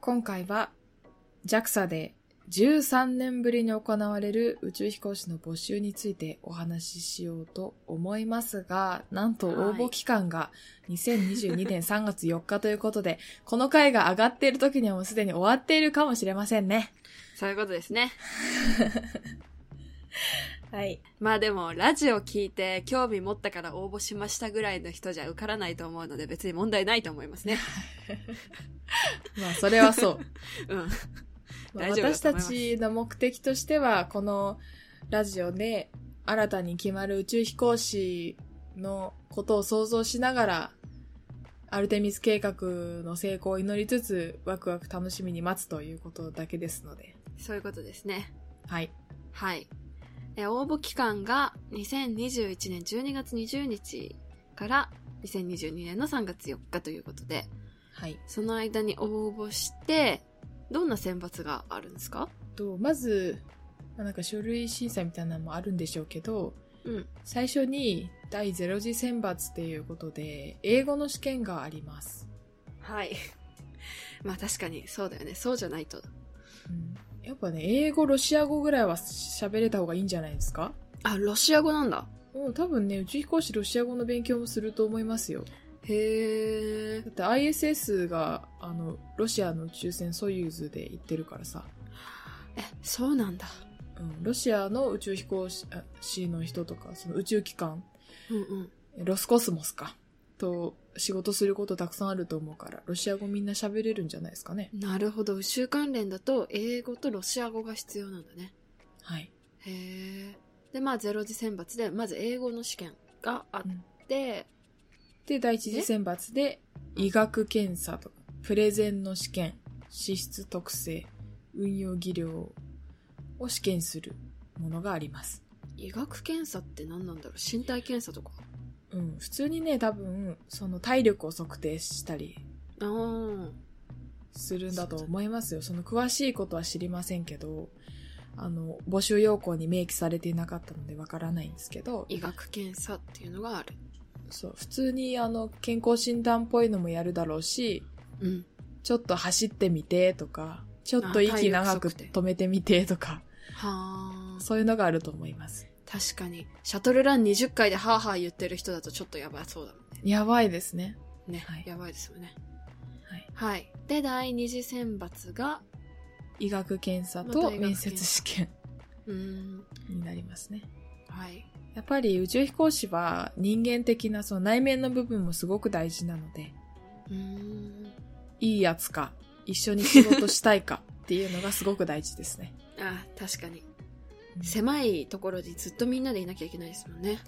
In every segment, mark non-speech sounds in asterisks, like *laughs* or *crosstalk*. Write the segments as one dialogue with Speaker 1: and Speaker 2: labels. Speaker 1: 今回は JAXA で13年ぶりに行われる宇宙飛行士の募集についてお話ししようと思いますが、なんと応募期間が2022年3月4日ということで、この回が上がっている時にはもうすでに終わっているかもしれませんね。
Speaker 2: そういうことですね。
Speaker 1: はい。
Speaker 2: まあでも、ラジオ聞いて興味持ったから応募しましたぐらいの人じゃ受からないと思うので別に問題ないと思い *laughs* ますね。
Speaker 1: *laughs* まあ、それはそう。
Speaker 2: うん。
Speaker 1: まあ
Speaker 2: 大丈夫だ
Speaker 1: 私
Speaker 2: と
Speaker 1: た
Speaker 2: 思います
Speaker 1: ちの目的としては、このラジオで新たに決まる宇宙飛行士のことを想像しながら、アルテミス計画の成功を祈りつつ、ワクワク楽しみに待つということだけですので。
Speaker 2: そういうことですね。
Speaker 1: はい。
Speaker 2: はい。え応募期間が2021年12月20日から2022年の3月4日ということで、
Speaker 1: はい。
Speaker 2: その間に応募して、どんな選抜があるんですか
Speaker 1: と、まず、まあなんか書類審査みたいなのもあるんでしょうけど、
Speaker 2: うん。
Speaker 1: 最初に第0次選抜っていうことで、英語の試験があります。
Speaker 2: はい。 *laughs* まあ確かにそうだよね。そうじゃないと。
Speaker 1: うんやっぱね、英語、ロシア語ぐらいは喋れた方がいいんじゃないですか
Speaker 2: あ、ロシア語なんだ。
Speaker 1: うん、多分ね、宇宙飛行士ロシア語の勉強もすると思いますよ。
Speaker 2: へー
Speaker 1: だ。って ISS が、あの、ロシアの宇宙船ソユーズで行ってるからさ、
Speaker 2: え、そうなんだ。
Speaker 1: うん、ロシアの宇宙飛行士あ士の人とか、その宇宙機関、
Speaker 2: うんうん。
Speaker 1: ロスコスモスか、と仕事することたくさんあると思うから、ロシア語みんな喋れるんじゃないですかね。
Speaker 2: なるほど。宇宙関連だと、英語とロシア語が必要なんだね。
Speaker 1: はい。
Speaker 2: へえ。で、まあ、ゼロ次選抜で、まず英語の試験があって、
Speaker 1: で、第一次選抜で、医学検査とか、プレゼンの試験、資質特性、運用技量を試験するものがあります。
Speaker 2: 医学検査って何なんだろう身体検査とか。
Speaker 1: うん、普通にね、多分、その体力を測定したり
Speaker 2: あー
Speaker 1: するんだと思いますよ。その詳しいことは知りませんけど、あの、募集要項に明記されていなかったのでわからないんですけど、
Speaker 2: 医学検査っていうのがある。
Speaker 1: そう、普通にあの、健康診断っぽいのもやるだろうし、
Speaker 2: うん。
Speaker 1: ちょっと走ってみてとか、ちょっと息長く
Speaker 2: あ体力測定
Speaker 1: 止めてみてとか、
Speaker 2: はあ。
Speaker 1: そういうのがあると思います。
Speaker 2: 確かに。シャトルラン20回でハーハー言ってる人だとちょっとやばそうだもんね。
Speaker 1: やばいですね。
Speaker 2: ね。
Speaker 1: はい
Speaker 2: やばいですよね。
Speaker 1: はい、
Speaker 2: はい。で、第二次選抜が、
Speaker 1: 医学検査
Speaker 2: ま
Speaker 1: と
Speaker 2: た医学
Speaker 1: 面
Speaker 2: 検査
Speaker 1: 接試験
Speaker 2: うーん。
Speaker 1: になりますね。
Speaker 2: はい。
Speaker 1: やっぱり宇宙飛行士は人間的なその内面の部分もすごく大事なので、
Speaker 2: うーん。
Speaker 1: いいやつか、一緒に仕事したいかっていうのがすごく大事ですね。
Speaker 2: あー確かに。
Speaker 1: うん
Speaker 2: 狭いところにずっとみんなでいなきゃいけないですもんね。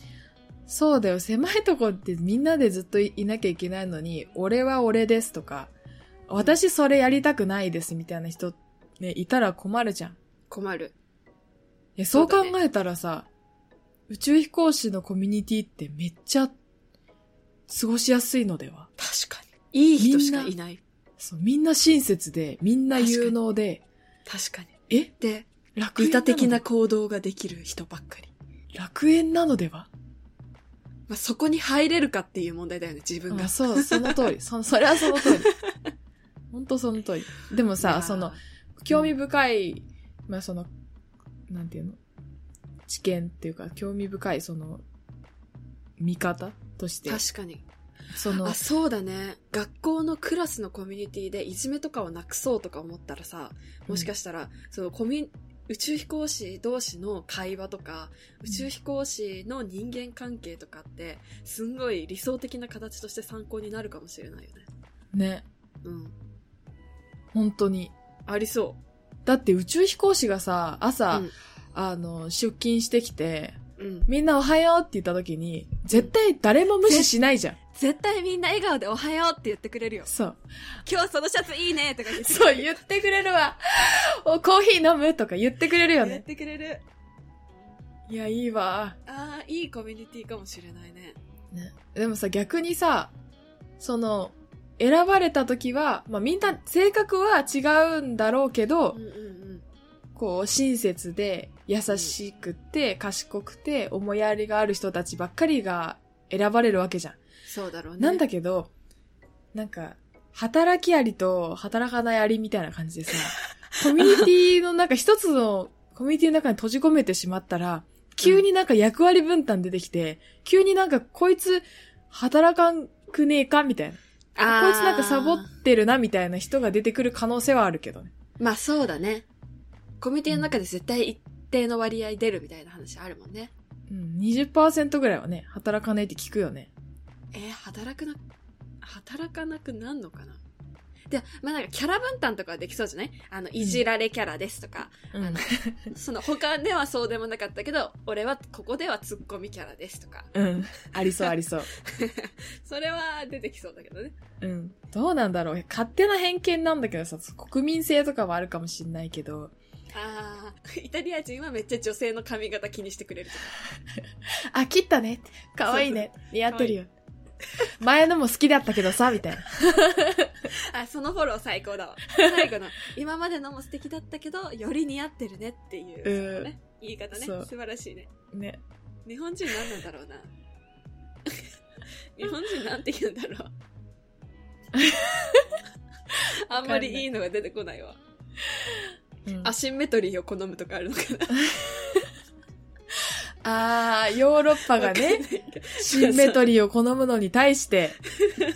Speaker 1: そうだよ、狭いとこってみんなでずっといいなきゃいけないのに、俺は俺ですとか、私それやりたくないですみたいな人、ね、いたら困るじゃん。
Speaker 2: 困る。
Speaker 1: いや、そう
Speaker 2: そう
Speaker 1: 考
Speaker 2: だね
Speaker 1: えたらさ、宇宙飛行士のコミュニティってめっちゃ過ごしやすいのでは
Speaker 2: 確かに。いい人しか
Speaker 1: み
Speaker 2: い
Speaker 1: ん
Speaker 2: ない。
Speaker 1: そう、みんな親切で、みんな有能で、
Speaker 2: 確かに。
Speaker 1: え
Speaker 2: で、
Speaker 1: 楽園
Speaker 2: 利
Speaker 1: な
Speaker 2: 他
Speaker 1: ので
Speaker 2: 的な行動ができる人ばっかり。
Speaker 1: 楽園なのでは
Speaker 2: まあ、そこに入れるかっていう問題だよね、自分が。
Speaker 1: あそう、その通り。そそれはその
Speaker 2: *laughs*
Speaker 1: 通り。ほんとその通り。でも
Speaker 2: いや
Speaker 1: さ、
Speaker 2: ー
Speaker 1: その、、興味深い、まあその、なんていうの知見っていうか、興味深い、その、見方として、
Speaker 2: 確かに。
Speaker 1: その
Speaker 2: あ、、そうだね。学校のクラスのコミュニティでいじめとかをなくそうとか思ったらさ、もしかしたら、そのコミュ、宇宙飛行士同士の会話とか、宇宙飛行士の人間関係とかって、すんごい理想的な形として参考になるかもしれないよね。
Speaker 1: ね、
Speaker 2: うん。
Speaker 1: 本当に。
Speaker 2: ありそ
Speaker 1: だって宇宙飛行士がさ、
Speaker 2: う。
Speaker 1: 朝、
Speaker 2: うん
Speaker 1: あの、出勤してきて、
Speaker 2: うん。
Speaker 1: みんなおはようって言った時に、絶対誰も無視しないじゃん。
Speaker 2: 絶対みんな笑顔でおはようって言ってくれるよ。
Speaker 1: そう。
Speaker 2: 今日そのシャツいいねとか言って
Speaker 1: そう、言ってくれるわ。お、コーヒー飲むとか言ってくれるよ
Speaker 2: 言っ
Speaker 1: ね。
Speaker 2: てくれる。
Speaker 1: いや、いいわ。
Speaker 2: ああ、いいコミュニティかもしれないね。
Speaker 1: ねでもさ、逆にさ、その、選ばれた時は、まあ、みんな性格は違うんだろうけど、
Speaker 2: うんうん
Speaker 1: こう、親切で、優しくて、賢くて、思いやりがある人たちばっかりが選ばれるわけじゃん。
Speaker 2: そうだろうね。
Speaker 1: なんだけど、なんか、働きありと働かないありみたいな感じでさ、コミュニティの中、一つのコミュニティの中に閉じ込めてしまったら、急になんか役割分担出てきて、急になんかこいつ働かんくねえかみたいな。
Speaker 2: あー
Speaker 1: こいつなんかサボってるなみたいな人が出てくる可能性はあるけどね。
Speaker 2: まあそうだね。コミュニティの中で絶対一定の割合出るみたいな話あるもんね。
Speaker 1: うん、20%ぐらいはね、働かないって聞くよね。
Speaker 2: えー働くな、働かなくなんのかなで、まあなんかキャラ分担とかはできそうじゃないあの、いじられキャラですとか、
Speaker 1: うん
Speaker 2: あのその他ではそうでもなかったけど、俺はここではツッコミキャラですとか、
Speaker 1: うん。ありそうありそう。
Speaker 2: それは出てきそうだけどね。
Speaker 1: うん。どうなんだろう。勝手な偏見なんだけどさ、国民性とかはあるかもしんないけど。
Speaker 2: ああ、イタリア人はめっちゃ女性の髪型気にしてくれるとか。
Speaker 1: あ、切ったね。かわいいね。似合ってるよ。前のも好きだったけどさ、みたいな。
Speaker 2: *laughs* あ、そのフォロー最高だ *laughs* わ。最後の、今までのも素敵だったけど、より似合ってるねっていう、
Speaker 1: うん
Speaker 2: そのね、言い方ね。
Speaker 1: そう
Speaker 2: 素晴らしいね。
Speaker 1: ね。
Speaker 2: 日本人何なんだ *laughs* ろうな。日本人なんて言うんだ *laughs* ろう。あんまりいいのが出てこないわ。
Speaker 1: うん
Speaker 2: アシンメトリーを好むとかあるのか
Speaker 1: あー、ヨーロッパ
Speaker 2: な。
Speaker 1: が
Speaker 2: わかん
Speaker 1: ね
Speaker 2: な、いけど
Speaker 1: シンメトリーを好むのに対して、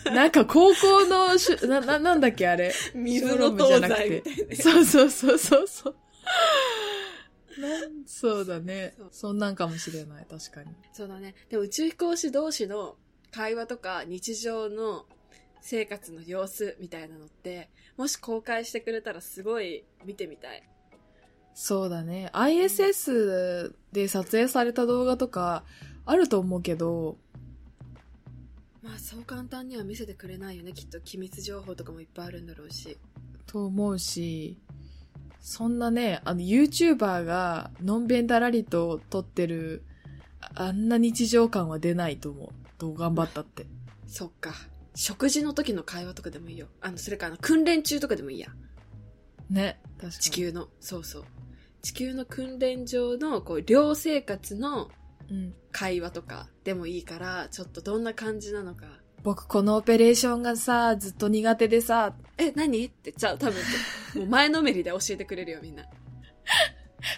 Speaker 1: なんか高校のしゅ、な、な、なんだっけあれ。
Speaker 2: 水の東西みたいな。
Speaker 1: そうそうそうそうそう。 *laughs* なんそうだね
Speaker 2: そう。
Speaker 1: そんなんかもしれない、確かに。
Speaker 2: そうだね。でも宇宙飛行士同士の会話とか日常の生活の様子みたいなのって、もし公開してくれたらすごい見てみたい。
Speaker 1: そうだね。ISS で撮影された動画とか、あると思うけど、
Speaker 2: まあそう簡単には見せてくれないよね。きっと機密情報とかもいっぱいあるんだろうし。
Speaker 1: と思うし、そんなね、あの、YouTuber が、のんべんだらりと撮ってる、ああんな日常感は出ないと思う。どう頑張ったって。
Speaker 2: そっか。食事の時の会話とかでもいいよ。あの、それかあの、訓練中とかでもいいや。
Speaker 1: ね。確かに。
Speaker 2: 地。球の。そうそう。地球の訓練上の、こう、寮生活の
Speaker 1: うん。
Speaker 2: 会話とかでもいいから、ちょっとどんな感じなのか。
Speaker 1: 僕、このオペレーションがさ、ずっと苦手でさ、
Speaker 2: え、何って、じゃあ多分、もう前のめりで教えてくれるよ、みんな。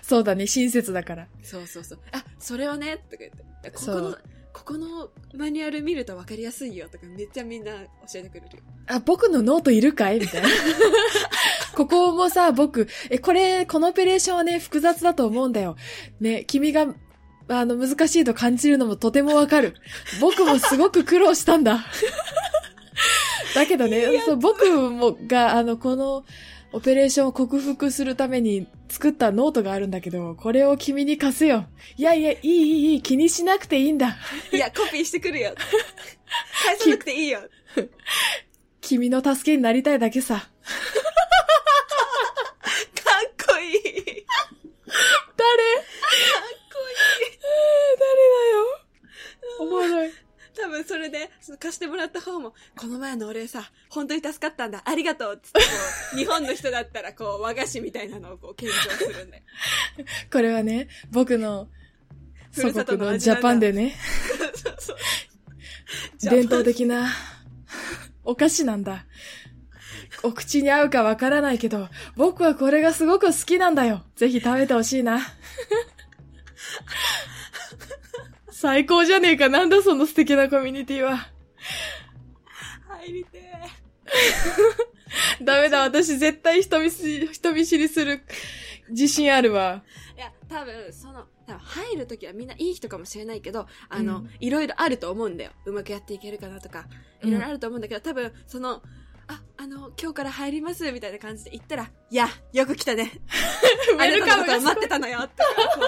Speaker 1: そうだね、親切だから。
Speaker 2: そうそうそう。あ、それはね、とか言って。ここ
Speaker 1: そ
Speaker 2: の
Speaker 1: う、
Speaker 2: ここのマニュアル見ると分かりやすいよ、とか、めっちゃみんな教えてくれるよ。
Speaker 1: あ、僕のノートいるかいみたいな。 *laughs* ここもさ、僕、え、これ、このオペレーションはね、複雑だと思うんだよ。ね、君が、あの、難しいと感じるのもとてもわかる。僕もすごく苦労したんだ。 *laughs* だけどね、そう、僕も、が、あの、この、オペレーションを克服するために作ったノートがあるんだけど、これを君に貸すよ。いやいや、いいいいいい、気にしなくていいんだ。
Speaker 2: いや、コピーしてくるよ。返さなくていいよ。
Speaker 1: 君の助けになりたいだけさ。
Speaker 2: かっこいい。
Speaker 1: 誰かっこいい。誰だよ。おもろい。
Speaker 2: 多分それで、その貸してもらった方も、この前のお礼さ、本当に助かったんだ、ありがとうっつってこう、日本の人だったら、こう、和菓子みたいなのをこう、献上す *laughs* るんだよ。
Speaker 1: これはね、僕の
Speaker 2: ふ
Speaker 1: 祖
Speaker 2: るさと
Speaker 1: 国
Speaker 2: の
Speaker 1: の
Speaker 2: 味
Speaker 1: ジ
Speaker 2: なんだ
Speaker 1: ャパンでね、
Speaker 2: そうそう。
Speaker 1: 伝統的なお菓子なんだ。お口に合うかわからないけど、僕はこれがすごく好きなんだよ。ぜひ食べてほしいな。最高じゃねえか。なんだその素敵なコミュニティは。
Speaker 2: 入りてえ。
Speaker 1: ダメだ、私絶対人見知り、人見知りする自信あるわ。
Speaker 2: いや、多分、その、多分入るときはみんないい人かもしれないけど、あの、
Speaker 1: うん
Speaker 2: いろいろあると思うんだよ。うまくやっていけるかなとか、
Speaker 1: うん
Speaker 2: いろいろあると思うんだけど、多分、その、あ、あの、今日から入ります、みたいな感じで言ったら、いや、よく来たね。
Speaker 1: ウェルカム
Speaker 2: あなた
Speaker 1: がす
Speaker 2: のことを
Speaker 1: ごい
Speaker 2: 待ってたのよ、とか、こ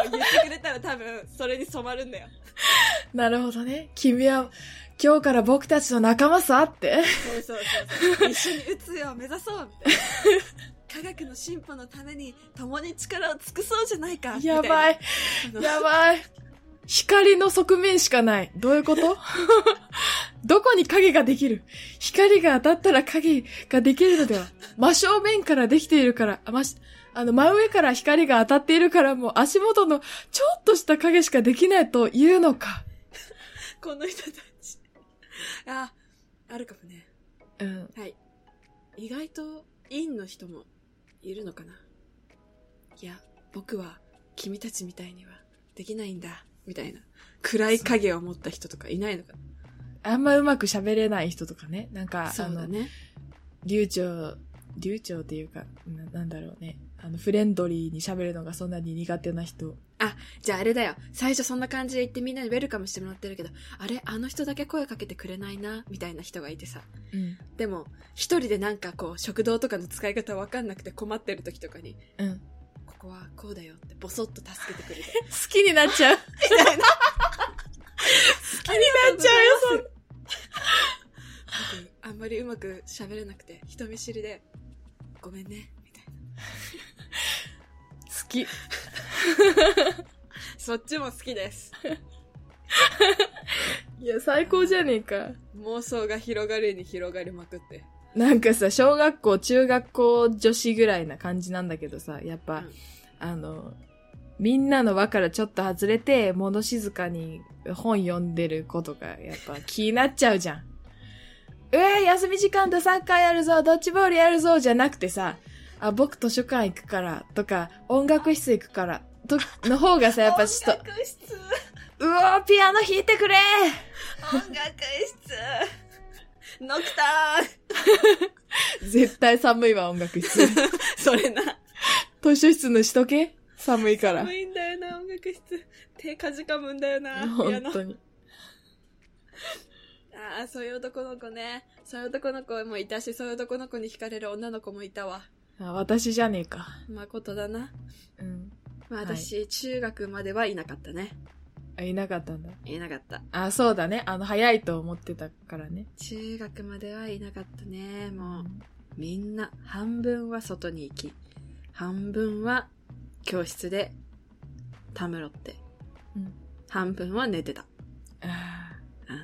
Speaker 2: う言ってくれたら多分、それに染まるんだよ。
Speaker 1: なるほどね。君は、今日から僕たちの仲間さって。
Speaker 2: そうそうそうそう。一緒に打つよ、目指そう、みたいな。科学の進歩のために、共に力を尽くそうじゃないか、みたい
Speaker 1: や
Speaker 2: な。
Speaker 1: ばい。
Speaker 2: あの。
Speaker 1: やばい。光の側面しかない。どういうこと
Speaker 2: *laughs*
Speaker 1: どこに影ができる光が当たったら影ができるのでは真正面からできているから、あ、まし、あの、真上から光が当たっているから、もう足元のちょっとした影しかできないというのか。
Speaker 2: この人たち。あ、あるかもね。
Speaker 1: うん。
Speaker 2: はい。意外と院の人もいるのかないや僕は君たちみたいにはできないんだみたいな暗い影を持った人とかいないのか
Speaker 1: あんまうまく喋れない人とかね。なんか、
Speaker 2: そう
Speaker 1: あ
Speaker 2: だ
Speaker 1: の、
Speaker 2: ね
Speaker 1: 流暢、流暢っていうか、ななんだろうね。あの、フレンドリーに喋るのがそんなに苦手な人。
Speaker 2: じゃああれだよ最初そんな感じで言ってみんなにウェルカムしてもらってるけどあれあの人だけ声かけてくれないなみたいな人がいてさ
Speaker 1: うん。
Speaker 2: でも一人でなんかこう食堂とかの使い方わかんなくて困ってる時とかに
Speaker 1: うん。
Speaker 2: ここはこうだよってボソッと助けてくれて
Speaker 1: 好きになっちゃう。
Speaker 2: 好きに *laughs* な
Speaker 1: っちゃうよ
Speaker 2: よ僕あんまりうまく喋れなくて人見知りでごめんねみたいな
Speaker 1: 好き。
Speaker 2: そっちも好きです
Speaker 1: いや、最高じゃねえか。
Speaker 2: 妄想が広がるに広がりまくって
Speaker 1: なんかさ、小学校、中学校女子ぐらいな感じなんだけどさ、やっぱ、
Speaker 2: うん
Speaker 1: あの、みんなの輪からちょっと外れて、物静かに本読んでる子とか、やっ
Speaker 2: *laughs*
Speaker 1: ぱ気になっちゃうじゃん。うえー、休み時間だ、サッカーやるぞ、ドッジボールやるぞ、じゃなくてさ、あ、僕図書館行くから、とか、音楽室行くから、と、の方がさ、やっぱちょっと、
Speaker 2: *laughs* 音楽室
Speaker 1: うおー、ピアノ弾いてくれ
Speaker 2: 音楽室ノクター
Speaker 1: 絶対寒いわ、音楽
Speaker 2: *laughs*
Speaker 1: 室。
Speaker 2: ンそれな
Speaker 1: 図書室のしとけ寒いから
Speaker 2: 寒。いんだよな音楽室手かじかむんだよ *laughs* な
Speaker 1: 本
Speaker 2: の
Speaker 1: 当に。
Speaker 2: ああそういう男の子ねそういう男の子もいたしそういう男の子に惹かれる女の子もいたわ
Speaker 1: あ私じゃねえか。
Speaker 2: 誠だな
Speaker 1: うん。
Speaker 2: まあ
Speaker 1: はい
Speaker 2: 私、中学まではいなかったね
Speaker 1: あ、いなかったんだ。
Speaker 2: いなかった
Speaker 1: あ、そうだね。あの、早いと思ってたからね。
Speaker 2: 中学まではいなかったねもう
Speaker 1: うん
Speaker 2: みんな半分は外に行き半分は教室でたむろって、
Speaker 1: うん
Speaker 2: 半分は寝てた、
Speaker 1: あー
Speaker 2: う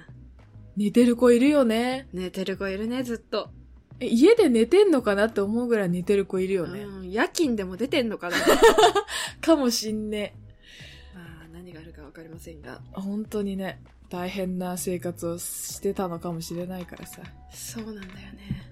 Speaker 2: ん
Speaker 1: 寝てる子いるよね。
Speaker 2: 寝てる子いるねずっと、
Speaker 1: え、家で寝てんのかなって思うぐらい寝てる子いるよね。
Speaker 2: うん、夜勤でも出てん
Speaker 1: *laughs*
Speaker 2: のかな
Speaker 1: かもしんね
Speaker 2: まあ何があるかわかりませんが
Speaker 1: え。本当にね、大変な生活をしてたのかもしれないからさ。
Speaker 2: そうなんだよね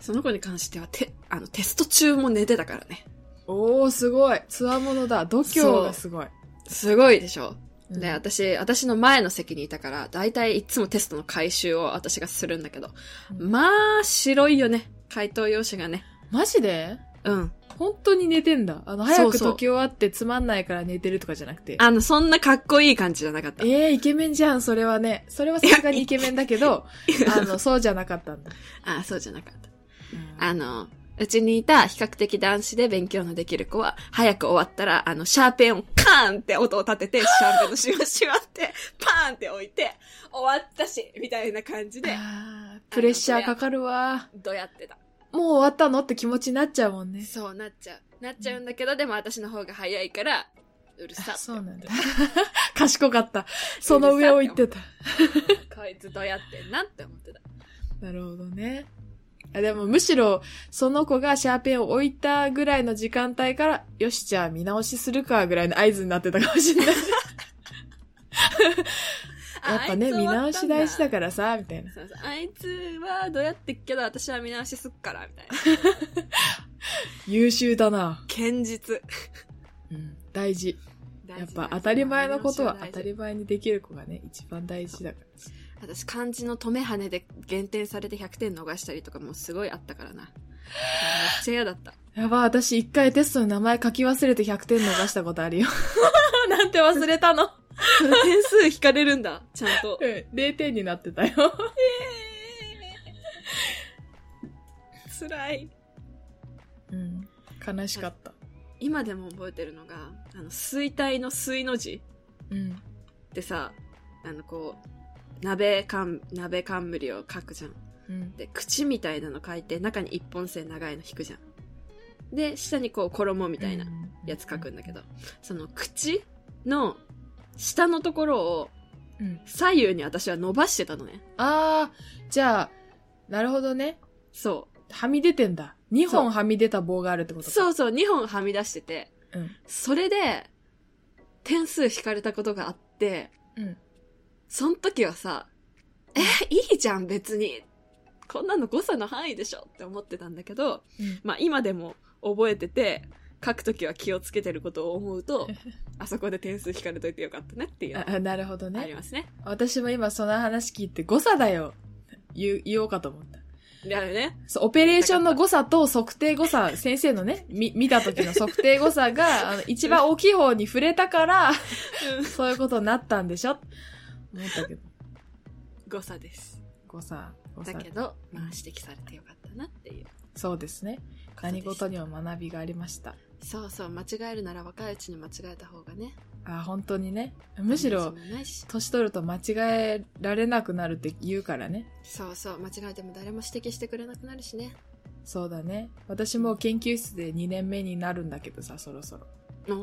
Speaker 2: その子に関してはてあのテスト中も寝てたからね
Speaker 1: おー、すごい。つわものだ。度胸がすごい。
Speaker 2: すごいでし
Speaker 1: う
Speaker 2: ょ
Speaker 1: ん
Speaker 2: で、私、私の前の席にいたから、だいたいいつもテストの回収を私がするんだけど、
Speaker 1: うん
Speaker 2: まあ、白いよね。回答用紙がね。
Speaker 1: マジで
Speaker 2: うん。
Speaker 1: 本当に寝てんだ。あの、
Speaker 2: そ
Speaker 1: 早
Speaker 2: う
Speaker 1: く
Speaker 2: そう
Speaker 1: 解き終わってつまんないから寝てるとかじゃなくて。
Speaker 2: あの、そんなかっこいい感じじゃなかった。
Speaker 1: ええイケメンじゃん、それはね。それはさすがにイケメンだけど、あの、そうじゃなかったんだ。
Speaker 2: *laughs* あ、そうじゃなかった。あの、うちにいた比較的男子で勉強のできる子は、早く終わったら、あの、シャーペンをカーンって音を立
Speaker 1: *laughs*
Speaker 2: てて、シャーペンのしわしわって、パーンって置いて、終わったし、みたいな感じで、
Speaker 1: あープレッシャーかかるわ。
Speaker 2: どうやってた。
Speaker 1: もう終わったのって気持ちになっちゃうもんね。
Speaker 2: そうなっちゃう。なっちゃうんだけど、でも私の方が早いから、うるさって。
Speaker 1: そうなんだ。 *laughs* 賢かった。その上を言ってた。
Speaker 2: こいつどうやってんなって思ってた。
Speaker 1: なるほどね。あでもむしろ、その子がシャーペンを置いたぐらいの時間帯から、よし、じゃあ見直しするか、ぐらいの合図になってたかもしれ
Speaker 2: *laughs*
Speaker 1: ない。やっぱね、見直し大事だ
Speaker 2: か
Speaker 1: からさ、みたいな。
Speaker 2: ら。あいつはどうやってっけど、私は見直しすっから、みたいな。
Speaker 1: 優秀だな。*laughs*
Speaker 2: 堅実。
Speaker 1: うん、大事。やっぱ当たり前のことは当たり前にできる子がね、一番大事だから。
Speaker 2: 私、漢字の止め跳ねで減点されて100点逃したりとかもうすごいあったからな。めっちゃ嫌だった。
Speaker 1: やばい、私一回テストの名前書き忘れて100点逃したことあるよ。 *laughs* なんて忘れたの。
Speaker 2: それ *laughs* 点数引かれるんだ、ちゃん
Speaker 1: *laughs* *laughs*
Speaker 2: と
Speaker 1: う。ん、0点になってたよ。
Speaker 2: 辛い。
Speaker 1: *laughs* うん、悲しかった。
Speaker 2: 今でも覚えてるのが、あの、水体の水の字。
Speaker 1: うん。
Speaker 2: でさあのこう鍋かん鍋冠を書くじゃん
Speaker 1: うん。
Speaker 2: で口みたいなの書いて中に一本線長いの引くじゃんで下にこう衣みたいなやつ書くんだけど、その口の下のところを
Speaker 1: うん。
Speaker 2: 左右に私は伸ばしてたのね
Speaker 1: あー、じゃあ、なるほどね。
Speaker 2: そ
Speaker 1: はみ出てんだ。2
Speaker 2: そう
Speaker 1: 本はみ出た棒があるってこ
Speaker 2: う
Speaker 1: とか。
Speaker 2: そうそう2本はみ出してて
Speaker 1: うん。
Speaker 2: それで点数引かれたことがあって
Speaker 1: うん。
Speaker 2: その時はさえいいじゃん別にこんなの誤差の範囲でしょって思ってたんだけど、
Speaker 1: うん
Speaker 2: まあ今でも覚えてて、書くときは気をつけてることを思う
Speaker 1: *laughs*
Speaker 2: と、あそこで点数聞かれといてよかったねっていうの
Speaker 1: あ
Speaker 2: が
Speaker 1: あなるほど
Speaker 2: あり
Speaker 1: ね。
Speaker 2: ますね。
Speaker 1: 私も今その話聞いて誤差だよ。言う言おうかと思った。
Speaker 2: であるね。
Speaker 1: そう、オペレーションの誤差と測定誤差、先生のね、み、見た時の測定誤差が、あの、一番大きい方に触れたから、 *laughs*
Speaker 2: うん
Speaker 1: そういうことになったんでしょ思ったけど、
Speaker 2: 誤差です。
Speaker 1: 誤差、誤
Speaker 2: だ
Speaker 1: 差。
Speaker 2: けど、まあ指摘されてよかったなっていう
Speaker 1: そうですね。
Speaker 2: ことで
Speaker 1: 何
Speaker 2: した
Speaker 1: 事にも学びがありました。
Speaker 2: そうそう、間違えるなら若いうちに間違えた方がね。
Speaker 1: あ、本当にね。むしろ
Speaker 2: 楽、しみもないし
Speaker 1: 年取ると間違えられなくなるって言うからね。
Speaker 2: そうそう、間違えても誰も指摘してくれなくなるしね。
Speaker 1: そうだね。私も研究室で2年目になるんだけどさ、そろそろ。
Speaker 2: うん。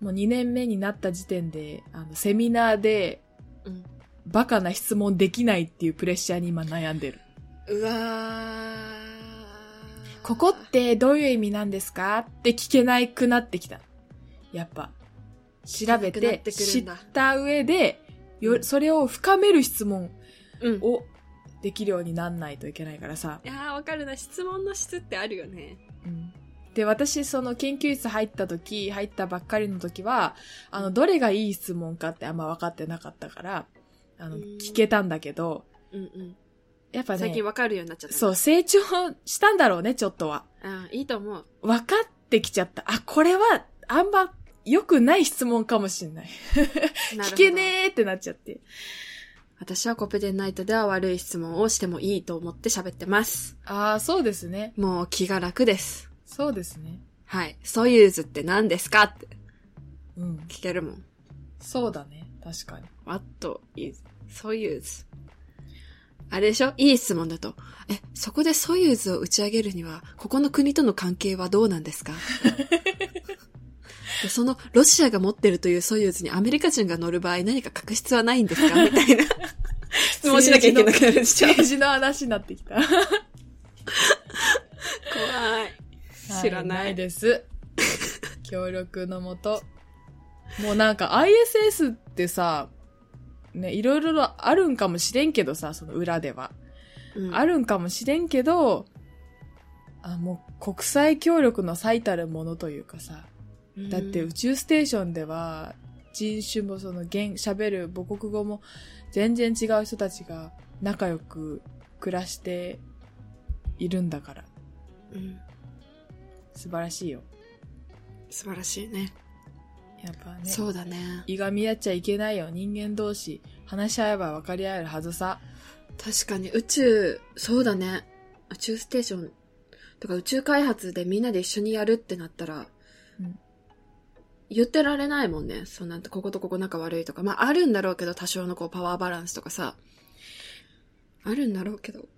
Speaker 1: もう2年目になった時点で、あの、セミナーで、
Speaker 2: うん。
Speaker 1: バカな質問できないっていうプレッシャーに今悩んでる。
Speaker 2: うわー
Speaker 1: ここってどういう意味なんですかって聞けないくなってきた。やっぱ、調べ、
Speaker 2: 聞けなくなっててく
Speaker 1: 知
Speaker 2: る
Speaker 1: っ
Speaker 2: んだ
Speaker 1: た上で、
Speaker 2: う
Speaker 1: よ、
Speaker 2: ん
Speaker 1: それを深める質問
Speaker 2: うん。い
Speaker 1: をできるようになんないといけないからさ。
Speaker 2: やー、わかるな。質問の質ってあるよね。
Speaker 1: うんで、私、その研究室入った時、入ったばっかりの時は、あの、どれがいい質問かってあんま分かってなかったから、あの、
Speaker 2: うん
Speaker 1: 聞けたんだけど、
Speaker 2: うんうん。
Speaker 1: やっぱ
Speaker 2: 最
Speaker 1: ね
Speaker 2: 近、わかるようになっちゃった。
Speaker 1: そう、成長したんだろうね、ちょっとは。
Speaker 2: うん。いいと思う。
Speaker 1: 分かってきちゃった。あ、これは、あんま、良くない質問かもしれない。
Speaker 2: なるほど
Speaker 1: 聞けねーってなっちゃって。
Speaker 2: 私はコペテンナイトでは悪い質問をしてもいいと思って喋ってます。
Speaker 1: ああ、そうですね。
Speaker 2: もう気が楽です。
Speaker 1: そうですね。
Speaker 2: はい。ソユーズって何ですかって
Speaker 1: うん。
Speaker 2: 聞けるもん。
Speaker 1: そうだね。確かに。
Speaker 2: What is ソユーズあれでしょいい質問だと。え、そこでソユーズを打ち上げるには、ここの国との関係はどうなんですか *laughs* でそのロシアが持ってるというソユーズにアメリカ人が乗る場合何か確執はないんです *laughs* かみたいな質 *laughs* 問しなきゃいけなくなるで *laughs* しょ
Speaker 1: 政治の話になってきた。
Speaker 2: 怖い。知ら
Speaker 1: は
Speaker 2: ない。
Speaker 1: ない
Speaker 2: *laughs*
Speaker 1: です。協力のもと。もうなんか ISS ってさ、ね、いろいろあるんかもしれんけどさ、その裏では。
Speaker 2: うん
Speaker 1: あるんかもしれんけど、あ、もう国際協力の最たるものというかさ、だって宇宙ステーションでは人種もその言、喋る母国語も全然違う人たちが仲良く暮らしているんだから、
Speaker 2: うん
Speaker 1: 素晴らしいよ。
Speaker 2: 素晴らしいね。
Speaker 1: やっぱね。
Speaker 2: そうだね。
Speaker 1: いがみ合っちゃいけないよ。人間同士。話し合えば分かり合えるはずさ。
Speaker 2: 確かに宇宙、そうだね。宇宙ステーション。とか宇宙開発でみんなで一緒にやるってなったら、
Speaker 1: うん
Speaker 2: 言ってられないもんね。そうなんて、こことここ仲悪いとか。まあ、あるんだろうけど、多少のこう、パワーバランスとかさ。あるんだろうけど。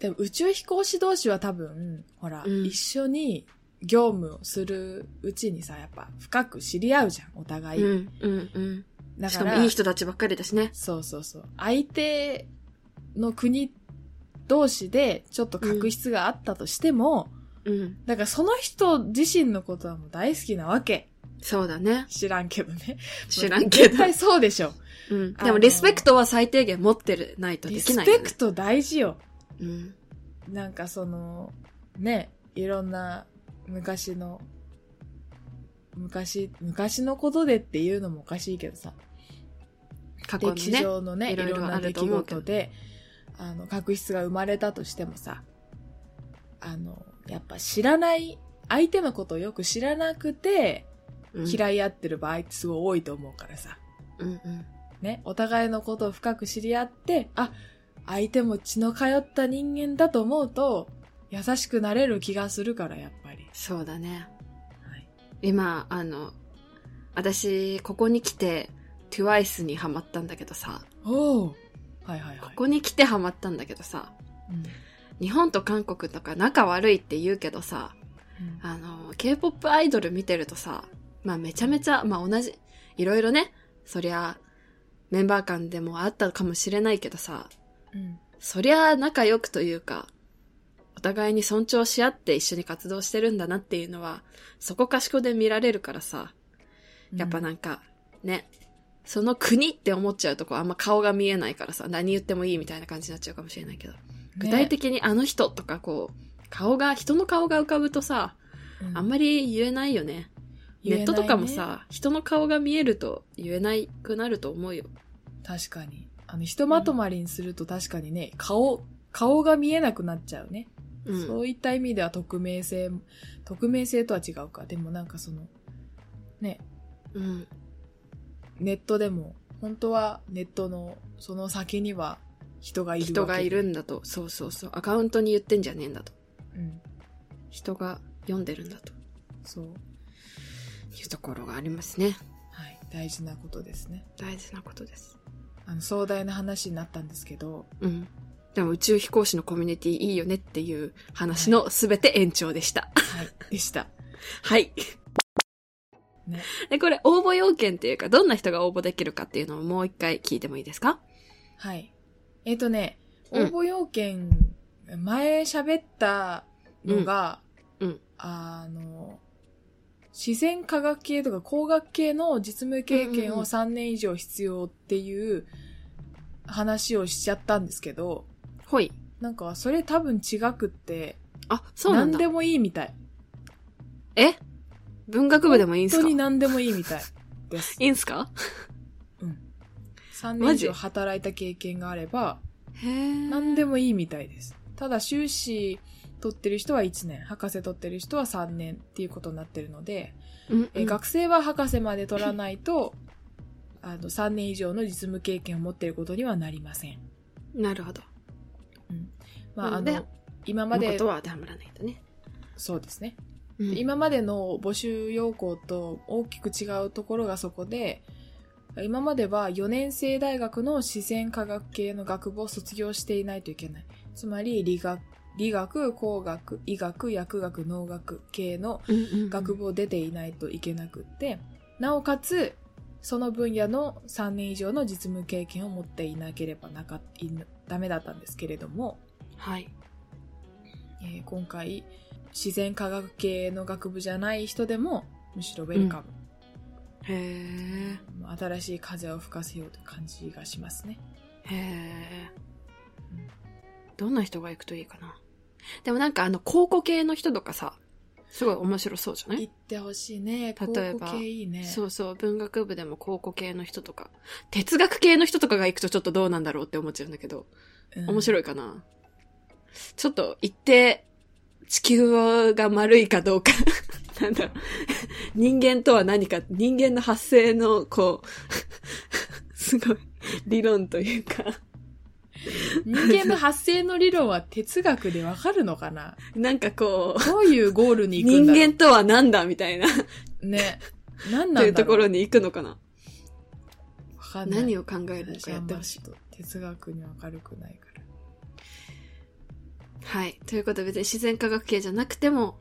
Speaker 1: でも宇宙飛行士同士は多分、ほら、
Speaker 2: うん
Speaker 1: 一緒に業務をするうちにさ、やっぱ深く知り合うじゃん、お互い。
Speaker 2: うん、うん、うん。
Speaker 1: だ
Speaker 2: し
Speaker 1: か、
Speaker 2: からもいい人たちばっかりだしね。
Speaker 1: そうそうそう。相手の国同士でちょっと確執があったとしても、
Speaker 2: うん。
Speaker 1: だからその人自身のことはもう大好きなわけ。
Speaker 2: そうだね。
Speaker 1: 知らんけどね。
Speaker 2: 知らんけ
Speaker 1: 絶
Speaker 2: ど。
Speaker 1: 対そうでしょ。
Speaker 2: うん。
Speaker 1: あ
Speaker 2: で
Speaker 1: の
Speaker 2: も、リスペクトは最低限持ってないとで
Speaker 1: リ
Speaker 2: き
Speaker 1: ス
Speaker 2: ないよ
Speaker 1: ペ
Speaker 2: ね。
Speaker 1: クト大事よ。
Speaker 2: うん。
Speaker 1: なんかその、ね、いろんな昔の、昔、昔のことでっていうのもおかしいけどさ、
Speaker 2: 過去の
Speaker 1: 歴史
Speaker 2: ね。
Speaker 1: 上のね、い
Speaker 2: いろいろ
Speaker 1: ろんな
Speaker 2: あ
Speaker 1: 出
Speaker 2: ると
Speaker 1: 来
Speaker 2: 思うけ
Speaker 1: 事
Speaker 2: ど
Speaker 1: で、あの、確執が生まれたとしてもさ、あの、やっぱ知らない、相手のことをよく知らなくて、
Speaker 2: うん
Speaker 1: 嫌い合ってる場合ってすごい多いと思うからさ、
Speaker 2: うんうん。
Speaker 1: ね、お互いのことを深く知り合って、あ、相手も血の通った人間だと思うと、優しくなれる気がするから、やっぱり。
Speaker 2: そうだね。
Speaker 1: はい、
Speaker 2: 今、あの、私、ここに来て、TWICE にハマったんだけどさ、
Speaker 1: おおはいはいは
Speaker 2: こ
Speaker 1: い。
Speaker 2: こに来てハマったんだけどさ、
Speaker 1: うん
Speaker 2: 日本と韓国とか仲悪いって言うけどさ、
Speaker 1: うん
Speaker 2: あの、K-POP アイドル見てるとさ、まあめちゃめちゃ、まあ同じ、いろいろね、そりゃ、メンバー間でもあったかもしれないけどさ、
Speaker 1: うん
Speaker 2: そりゃ仲良くというか、お互いに尊重し合って一緒に活動してるんだなっていうのは、そこかしこで見られるからさ、やっぱなんか、ね、その国って思っちゃうとこあんま顔が見えないからさ、何言ってもいいみたいな感じになっちゃうかもしれないけど。具体的にあの人とかこう、顔が、人の顔が浮かぶとさ、あんまり言えないよね。
Speaker 1: 言え
Speaker 2: ネ
Speaker 1: ないね
Speaker 2: ットとかもさ、人の顔が見えると言えないくなると思うよ。
Speaker 1: 確かに。あの、ひとまとまりにすると確かにね、顔、顔が見えなくなっちゃうね。
Speaker 2: うん。
Speaker 1: そういった意味では匿名性、匿名性とは違うか。でもなんかその、ね、
Speaker 2: うん。
Speaker 1: ネットでも、本当はネットのその先には人がいるわけ
Speaker 2: 人がいる。んだと。そうそうそう。アカウントに言ってんじゃねえんだと。
Speaker 1: うん。
Speaker 2: 人が読んでるんだと。
Speaker 1: そう。
Speaker 2: いうところがありますね。
Speaker 1: はい。大事なことですね。
Speaker 2: 大事なことです。
Speaker 1: あの、壮大な話になったんですけど、
Speaker 2: うん。でも宇宙飛行士のコミュニティいいよねっていう話のすべて延長でした。 *laughs*
Speaker 1: はい。でした。
Speaker 2: はい。
Speaker 1: ね
Speaker 2: で、これ応募要件っていうか、どんな人が応募できるかっていうのをもう一回聞いてもいいですか
Speaker 1: はい。えっ、とね、応
Speaker 2: うん
Speaker 1: 募要件、前喋ったのが、
Speaker 2: うんうん
Speaker 1: あの、自然科学系とか工学系の実務経
Speaker 2: うん
Speaker 1: 験
Speaker 2: うんうん
Speaker 1: を3年以上必要っていう話をしちゃったんですけど、
Speaker 2: ほい。
Speaker 1: なんかそれ多分違くって、
Speaker 2: あ、そうなん
Speaker 1: 何
Speaker 2: だ。
Speaker 1: でもいいみたい。
Speaker 2: え文学部でもいいんす
Speaker 1: 本当
Speaker 2: か
Speaker 1: に
Speaker 2: い
Speaker 1: 何でもいいみたいです。
Speaker 2: いんすか
Speaker 1: 3年以上
Speaker 2: マジ
Speaker 1: 働いた経験があれば、
Speaker 2: へえ。
Speaker 1: 何でもいいみたいです。ただ修士取ってる人は1年、博士取ってる人は3年っていうことになってるので、
Speaker 2: うん、
Speaker 1: えー学生は博士まで取らないと、あの、3年以上の実務経験を持っていることにはなりません。
Speaker 2: なるほど。
Speaker 1: まあ、あ
Speaker 2: うんで
Speaker 1: の、今ま
Speaker 2: まで。
Speaker 1: で
Speaker 2: こと、は当てはまらないとね。
Speaker 1: そうですね。
Speaker 2: うん
Speaker 1: 今までの募集要項と大きく違うところがそこで、今までは4年生大学の自然科学系の学部を卒業していないといけない。つまり理学、理学、工学、医学、薬学、農学系の
Speaker 2: うんうんうん
Speaker 1: 学部を出ていないといけなくって、なおかつ、その分野の3年以上の実務経験を持っていなければなかっいなダメだったんですけれども、
Speaker 2: はい。
Speaker 1: えー今回自然科学系の学部じゃない人でもむしろウェルカ
Speaker 2: へえ。
Speaker 1: ム、新しい風を吹かせようという感じがしますね
Speaker 2: へえ。どんな人が行くといいかな。でもなんかあの、考古系の人とかさ、すごい面白そうじゃない
Speaker 1: 行ってほしいね考
Speaker 2: 例え
Speaker 1: 古
Speaker 2: ば
Speaker 1: 系いいね
Speaker 2: そうそう、文学部でも考古系の人とか、哲学系の人とかが行くとちょっとどうなんだろうって思っちゃうんだけど、
Speaker 1: うん
Speaker 2: 面白いかな。ちょっと行って、地球が丸いかどうか、 *laughs* なんだろう、人間とは何か、人間の発生の、こう、 *laughs* すごい、理論というか、
Speaker 1: 人間の発生の理論は哲学でわかるのかな
Speaker 2: なんかこう、
Speaker 1: どういうゴールに行くんだろう
Speaker 2: 人間とは何だみたいな、
Speaker 1: ね何
Speaker 2: と
Speaker 1: ない
Speaker 2: うん
Speaker 1: だ
Speaker 2: と
Speaker 1: ろ
Speaker 2: こ
Speaker 1: う
Speaker 2: ろに行くのかな。
Speaker 1: わかんない
Speaker 2: 何を考えるの
Speaker 1: 私
Speaker 2: か
Speaker 1: は
Speaker 2: や
Speaker 1: あ
Speaker 2: っ
Speaker 1: ん
Speaker 2: て
Speaker 1: ま
Speaker 2: ほ
Speaker 1: ち
Speaker 2: しい
Speaker 1: ょ。っと哲学に明るくないから
Speaker 2: はい。ということで、別に自然科学系じゃなくても、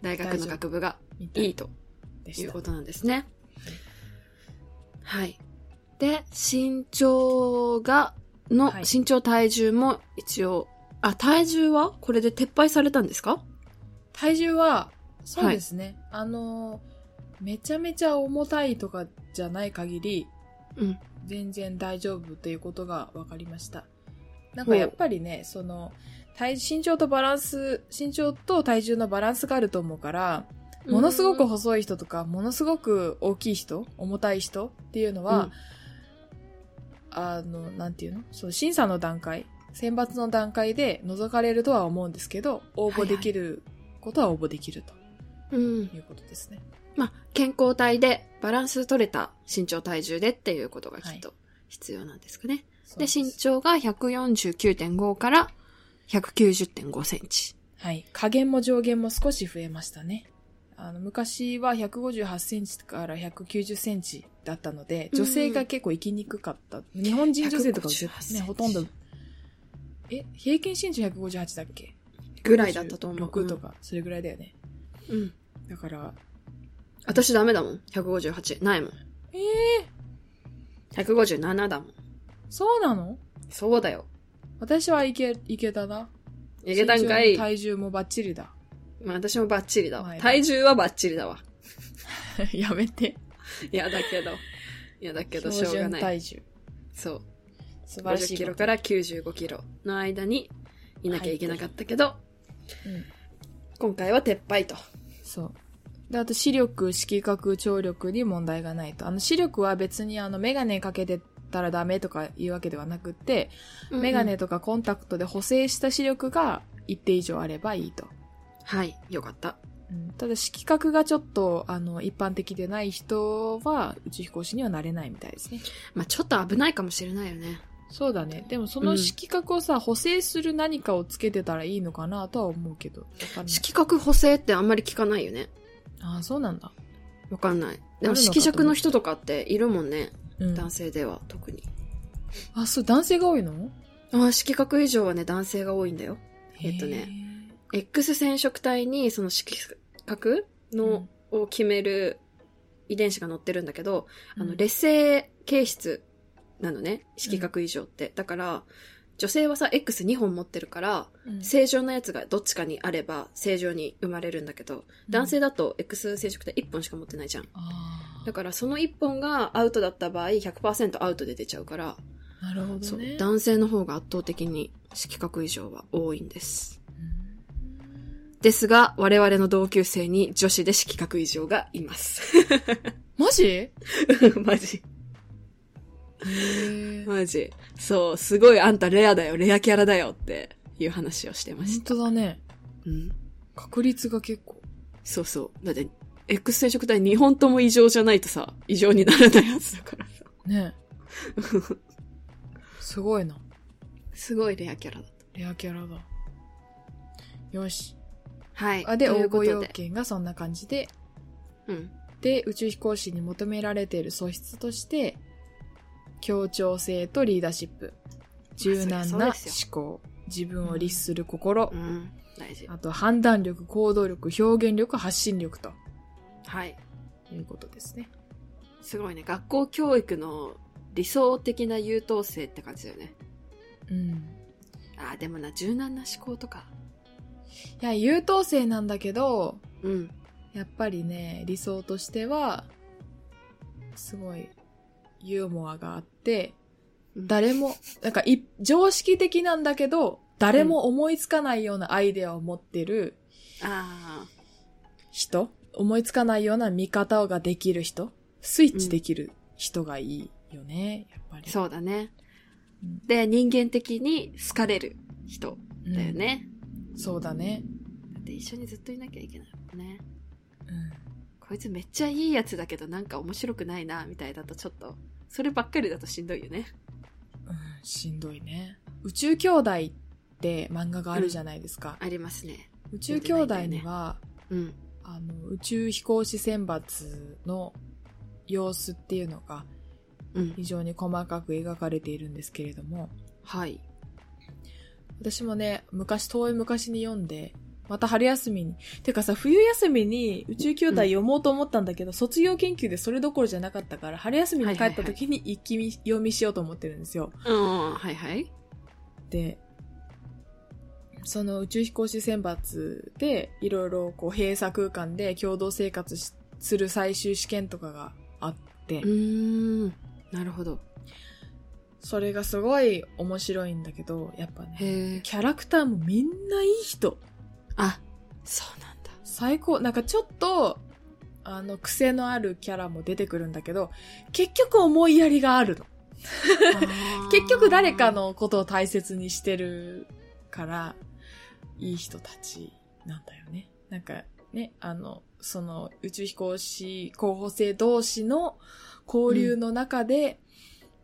Speaker 2: 大学の学部が
Speaker 1: みた
Speaker 2: いい
Speaker 1: い
Speaker 2: と
Speaker 1: で
Speaker 2: い
Speaker 1: し
Speaker 2: う
Speaker 1: た
Speaker 2: ことなんですね。はい。で、身長が、の、
Speaker 1: はい
Speaker 2: 身長体重も一応、あ、体重はこれで撤廃されたんですか
Speaker 1: 体重は、そうですね。あのー、めちゃめちゃ重たいとかじゃない限り、
Speaker 2: うん。
Speaker 1: 全然大丈夫っていうことが分かりました。なんかやっぱりね、その、体身長とバランス、身長と体重のバランスがあると思うから、ものすごく
Speaker 2: は、
Speaker 1: 細い人とか、ものすごく大きい人、重たい人っていうのは、あの、なんていうのそう、審査の段階、選抜の段階で覗かれるとは思うんですけど、応募できることは応募できると。
Speaker 2: うん
Speaker 1: と。いうことですね。
Speaker 2: まあ、健康体でバランス取れた身長体重でっていうことがきっと必要なんですかね。
Speaker 1: そう
Speaker 2: で、身
Speaker 1: す
Speaker 2: 長が149.5から190.5センチ。
Speaker 1: はい。加減も上限も少し増えましたね。あの、昔は158センチから190センチだったので、
Speaker 2: うん
Speaker 1: 女性が結構生きにくかった。日本人女性とかぜ
Speaker 2: 158
Speaker 1: ね、ほとんど、え、平均身長158だっけ
Speaker 2: ぐらいだったと思う。
Speaker 1: 6とか、それぐらいだよね。
Speaker 2: うん。
Speaker 1: だから、
Speaker 2: 私ダメだもん。158。ないもん。
Speaker 1: えー、
Speaker 2: 157だもん。
Speaker 1: そうなの
Speaker 2: そうだよ。私
Speaker 1: 私はいけ、いけたな。
Speaker 2: 逃げたんかい
Speaker 1: 身長も。体重もバッチリだ。 *laughs*
Speaker 2: まあ私もバッチリだわ
Speaker 1: は。い
Speaker 2: 体重はバッチリだわ。
Speaker 1: やめて。
Speaker 2: いや、だけど。いや、だけど
Speaker 1: 標
Speaker 2: しょうが
Speaker 1: 準
Speaker 2: ない。
Speaker 1: 体重。
Speaker 2: そう。
Speaker 1: 素晴らしい
Speaker 2: 50キ
Speaker 1: こ
Speaker 2: ロ
Speaker 1: と。
Speaker 2: から95キロの間にいなきゃいけなかったけど、
Speaker 1: うん
Speaker 2: 今回は撤廃と。
Speaker 1: そう。で、あと視力、色覚、聴力に問題がないと。あの、視力は別にあの、メガネかけてたらダメとかいうわけではなくって、メガ
Speaker 2: うんう
Speaker 1: ネ
Speaker 2: ん。
Speaker 1: とかコンタクトで補正した視力が一定以上あればいいと。
Speaker 2: はい、よかった。
Speaker 1: うんただ、色覚がちょっと、あの、一般的でない人は、宇宙飛行士にはなれないみたいですね。
Speaker 2: まあちょっと危ないかもしれないよね。
Speaker 1: そうだね。でも、そうの
Speaker 2: ん
Speaker 1: 色覚をさ、補正する何かをつけてたらいいのかなとは思うけど。わかんない。
Speaker 2: 色覚補正ってあんまり聞かないよね。
Speaker 1: ああ、そうなんだ。
Speaker 2: わかんない。
Speaker 1: ある
Speaker 2: で
Speaker 1: の
Speaker 2: も
Speaker 1: かと思った
Speaker 2: 色弱の人とかっているもんね。
Speaker 1: うん。
Speaker 2: 男性では特に。
Speaker 1: あ、そう、男性が多いの
Speaker 2: ああ、色覚以上はね、男性が多いんだよ。えっとね。X 染色体にその色覚の、を決める遺伝子が載ってるんだけど、あの、劣勢形質なのね。色覚以上って。だから、女性はさ、X2 本持ってるから、
Speaker 1: うん
Speaker 2: 正常なやつがどっちかにあれば正常に生まれるんだけど、男性
Speaker 1: だ。
Speaker 2: だと X 染色体1本しか持ってないじゃん。
Speaker 1: あ
Speaker 2: だからその1本がアウトだった場合100%アウトで出ちゃうから、
Speaker 1: あ、なるほ
Speaker 2: そ
Speaker 1: ど
Speaker 2: う
Speaker 1: ね。
Speaker 2: 男性の方が圧倒的に色覚異常は多いんです。
Speaker 1: うん
Speaker 2: ですが、我々の同級生に女子で色覚異常がいます。 *laughs*
Speaker 1: マジ
Speaker 2: マジ。
Speaker 1: *laughs* 本
Speaker 2: マジ。そう、すごいあんたレアだよ、レアキャラだよっていう話をしてました。
Speaker 1: 当だね。
Speaker 2: うん。
Speaker 1: 確率が結構。
Speaker 2: そうそう。だって、X 染色体2本とも異常じゃないとさ、異常にならないやつだからさ。 *laughs*
Speaker 1: ね。すごいな。
Speaker 2: すごいレアキャラだった。
Speaker 1: レアキャラだ。よし。
Speaker 2: はい。
Speaker 1: あで、
Speaker 2: とい
Speaker 1: 応
Speaker 2: うこ
Speaker 1: 募
Speaker 2: と
Speaker 1: 要
Speaker 2: で。
Speaker 1: 件がそんな感じで、
Speaker 2: うん。
Speaker 1: で、宇宙飛行士に求められている素質として、協調性とリーダーシップ、柔
Speaker 2: まあ
Speaker 1: 軟
Speaker 2: そ
Speaker 1: な
Speaker 2: り
Speaker 1: 思
Speaker 2: ゃそうです
Speaker 1: 考、自分を律する心
Speaker 2: う、ん。大事。
Speaker 1: あと判断力、行動力、表現力、発信力と
Speaker 2: はい。
Speaker 1: いうことですね。
Speaker 2: すごいね。学校教育の理想的な優等生って感じだよね。
Speaker 1: うん。
Speaker 2: ああ、でもな、柔軟な思考とか。
Speaker 1: いや、優等生なんだけど、
Speaker 2: うん。
Speaker 1: やっぱりね、理想としては、すごい、ユーモアがあって、誰も、なんかい、常識的なんだけど、誰も思いつかないようなアイデアを持ってる
Speaker 2: ああ、
Speaker 1: 人、思いつかないような見方ができる人、スイッチできる人がいいよね、やっぱり。
Speaker 2: そうだね
Speaker 1: うん。
Speaker 2: で、人間的に好かれる人
Speaker 1: うん
Speaker 2: だよ。ね。
Speaker 1: そうだね。
Speaker 2: だって一緒にずっといなきゃいけないもんね。
Speaker 1: うん。
Speaker 2: こいつめっちゃいいやつだけどなんか面白くないな、みたいだとちょっと、そればっかりだとしんどいよね。
Speaker 1: うん、しんどいね。宇宙兄弟って漫画があるじゃないですか。
Speaker 2: ありますね。
Speaker 1: 宇宙兄弟には、
Speaker 2: うん。
Speaker 1: あの、宇宙飛行士選抜の様子っていうのが
Speaker 2: うん。
Speaker 1: 非常に細かく描かれているんですけれども、
Speaker 2: はい。
Speaker 1: 私もね、昔、遠い昔に読んで、また春休みに、てかさ、冬休みに宇宙兄弟読もうと思ったんだけど、卒業研究でそれどころじゃなかったから、春休みに帰った時に一気見読みしようと思ってるんですよ。
Speaker 2: うん、はいはい。
Speaker 1: で、その宇宙飛行士選抜で、いろいろこう閉鎖空間で共同生活しする最終試験とかがあって、
Speaker 2: うーん。なるほど。
Speaker 1: それがすごい面白いんだけど、やっぱね、
Speaker 2: へえ。
Speaker 1: キャラクターもみんないい人。
Speaker 2: あ、そうなんだ。
Speaker 1: 最高。なんかちょっと、あの、癖のあるキャラも出てくるんだけど、結局思いやりがあるの。結局誰かのことを大切にしてるから、いい人たちなんだよね。なんかね、あの、その宇宙飛行士候補生同士の交流の中で、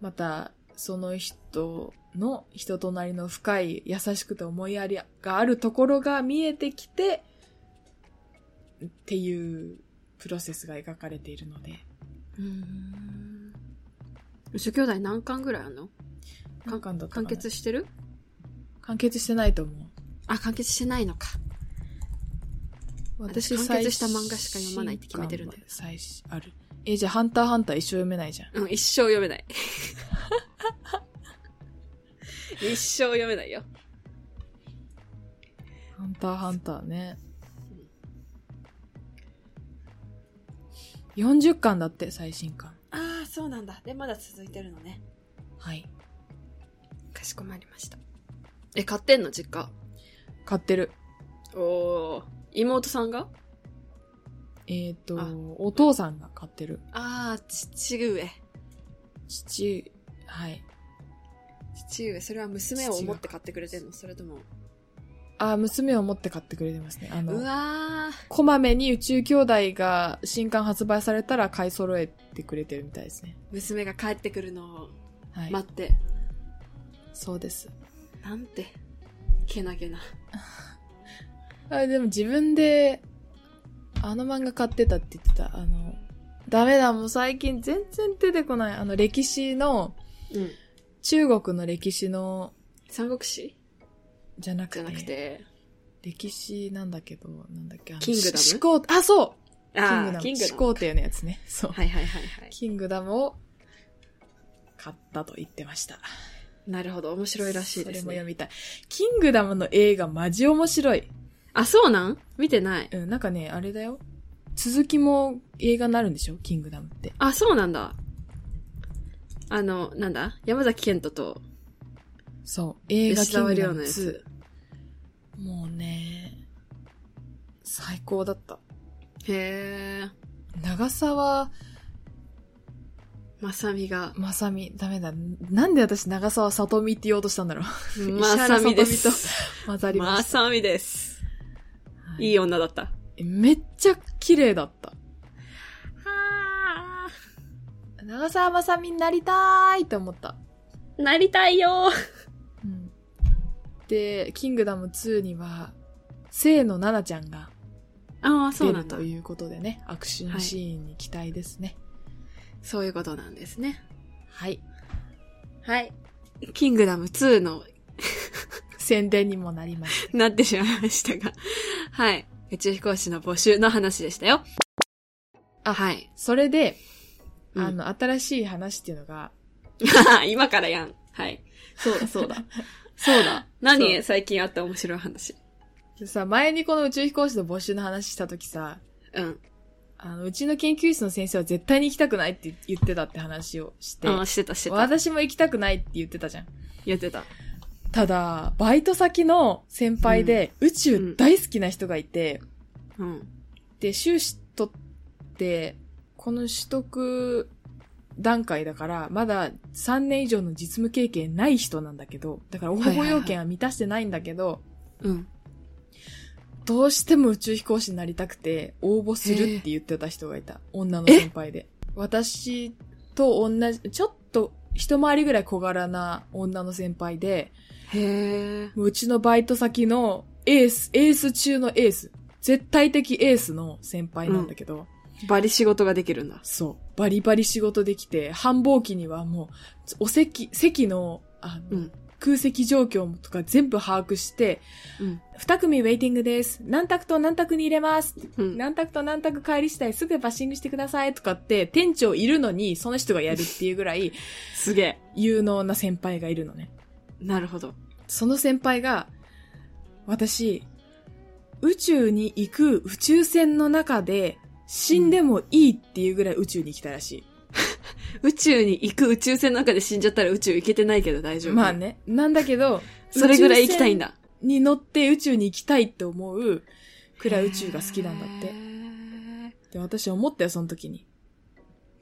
Speaker 1: またその人の人となりの深い優しくて思いやりがあるところが見えてきて、っていうプロセスが描かれているので、
Speaker 2: うーん。宇宙兄弟何巻ぐらいあんの
Speaker 1: 何巻だったか
Speaker 2: 完
Speaker 1: な
Speaker 2: 結してる
Speaker 1: 完結してないと思う。
Speaker 2: あ、完結してないのか。私完結した漫画しか読まないって決めてるんだよ
Speaker 1: 最新ある。え、じゃあ、ハンターハンター一生読めないじゃん。
Speaker 2: うん、一生読めない。 *laughs* 一生読めないよ。
Speaker 1: ハンターハンターね。40巻だって、最新巻。
Speaker 2: ああ、そうなんだ。で、まだ続いてるのね。
Speaker 1: はい。
Speaker 2: かしこまりました。え、買ってんの実家。
Speaker 1: 買ってる。
Speaker 2: おー。妹さんが
Speaker 1: えっ、と
Speaker 2: あ、
Speaker 1: お父さんが買ってる。
Speaker 2: ああ、父上。
Speaker 1: 父、はい。
Speaker 2: 父上、それは娘を思って買ってくれてんのそれとも。
Speaker 1: あ、娘を持って買ってくれてますね。あ
Speaker 2: う
Speaker 1: の、
Speaker 2: わー。
Speaker 1: こまめに宇宙兄弟が新刊発売されたら買い揃えてくれてるみたいですね。
Speaker 2: 娘が帰ってくるのを
Speaker 1: はい。
Speaker 2: 待って。
Speaker 1: そうです。
Speaker 2: なんて、けなげな。
Speaker 1: あでも自分で、あの漫画買ってたって言ってた。あの、ダメだ、もう最近全然出てこない。あの、歴史の、
Speaker 2: うん。
Speaker 1: 中国の歴史の、
Speaker 2: 三国志
Speaker 1: じゃなく
Speaker 2: じ
Speaker 1: て、
Speaker 2: ゃなくて。
Speaker 1: 歴史なんだけど、なんだっけ、あの
Speaker 2: キングダム
Speaker 1: し思考、あ、そう
Speaker 2: あ
Speaker 1: キングダム。
Speaker 2: あ、キングダ
Speaker 1: 始
Speaker 2: ム。
Speaker 1: 皇帝のやつね。そう。
Speaker 2: はいはいはいはい。
Speaker 1: キングダムを買ったと言ってました。
Speaker 2: なるほど、面白いらしいで
Speaker 1: そ
Speaker 2: す
Speaker 1: れも読
Speaker 2: ね。
Speaker 1: みたい。キングダムの映画マジ面白い。
Speaker 2: あ、そうなん見てない。
Speaker 1: うん、なんかね、あれだよ。続きも映画になるんでしょキングダムって。
Speaker 2: あ、そうなんだ。あの、なんだ山崎賢人と
Speaker 1: そう。映画
Speaker 2: 吉
Speaker 1: キン
Speaker 2: 沢
Speaker 1: グダ
Speaker 2: 亮
Speaker 1: ム
Speaker 2: のや
Speaker 1: 2
Speaker 2: つ。。
Speaker 1: もうね、最高だった。
Speaker 2: へえ。
Speaker 1: 長澤
Speaker 2: まさみ *laughs* が。
Speaker 1: まさみ、ダメだ。なんで私長澤さとみって言おうと *laughs* したんだろう。
Speaker 2: まさみで
Speaker 1: 石原
Speaker 2: す。
Speaker 1: さとみと混ざりま
Speaker 2: ま
Speaker 1: した。
Speaker 2: さみです。
Speaker 1: はい
Speaker 2: いい女だった。
Speaker 1: めっちゃ綺麗だった。
Speaker 2: は
Speaker 1: 長澤まさみになりたーいって思った。
Speaker 2: ーなりたいよ
Speaker 1: うん、で、キングダム2には、清野奈々ちゃんが
Speaker 2: ああ、そう
Speaker 1: 出
Speaker 2: な
Speaker 1: る
Speaker 2: んだ
Speaker 1: と。いうことでね、アクションシーンに期待ですね。
Speaker 2: そういうことなんですね。
Speaker 1: はい。
Speaker 2: はい。キングダム2の
Speaker 1: 宣伝にもなりました。
Speaker 2: なってしまいましたが。はい。宇宙飛行士の募集の話でしたよ。あ、 *laughs* はい。
Speaker 1: それで、
Speaker 2: うん
Speaker 1: あの、新しい話っていうのが、
Speaker 2: 今からやん。はい。そうだ、そうだ。 *laughs* そう
Speaker 1: そ
Speaker 2: だ。
Speaker 1: う
Speaker 2: 何最近あった面白い話。
Speaker 1: *laughs* さ、前にこの宇宙飛行士の募集の話した時さ、
Speaker 2: うん。
Speaker 1: あの、うちの研究室の先生は絶対に行きたくないって言ってたって話をして、
Speaker 2: あ、してた、してた。
Speaker 1: 私も行きたくないって言ってたじゃん。
Speaker 2: 言ってた。
Speaker 1: ただ、バイト先の先輩で宇宙大好きな人がいて、
Speaker 2: うん。
Speaker 1: で、修士取って、この取得段階だから、まだ3年以上の実務経験ない人なんだけど、だから応
Speaker 2: はい
Speaker 1: 募
Speaker 2: はいはい
Speaker 1: 要件は満たしてないんだけど、
Speaker 2: うん。
Speaker 1: どうしても宇宙飛行士になりたくて応募するって言ってた人がいた。女の先輩で。私と同じ、ちょっと一回りぐらい小柄な女の先輩で、
Speaker 2: へえ。
Speaker 1: もううちのバイト先のエース、エース中のエース、絶対的エースの先輩なんだけど、
Speaker 2: バリ仕事ができるんだ。
Speaker 1: そう、バリバリ仕事できて、繁忙期にはもう、お席、席の、あ
Speaker 2: う
Speaker 1: の、
Speaker 2: ん。
Speaker 1: 空席状況とか全部把握して、
Speaker 2: うん。
Speaker 1: 二組ウェイティングです。何択と何択に入れます。
Speaker 2: うん。
Speaker 1: 何択と何択帰り次第すぐバッシングしてくださいとかって、店長いるのにその人がやるっていうぐ
Speaker 2: *laughs*
Speaker 1: らい
Speaker 2: すげえ。
Speaker 1: 有能な先輩がいるのね。
Speaker 2: なるほど。
Speaker 1: その先輩が、私、宇宙に行く宇宙船の中で死んでもいいっていうぐらい宇宙に行きたいらし
Speaker 2: 宇宙に行く宇宙船の中で死んじゃったら宇宙行けてないけど大
Speaker 1: い。
Speaker 2: 丈夫。
Speaker 1: まあ。ね。なんだけど、
Speaker 2: それぐらい行きたいん。だ。
Speaker 1: に乗って宇宙に行きたいって思うくらい宇宙が好きなんだって
Speaker 2: へ。ー。
Speaker 1: で、私思ったよ、その時に。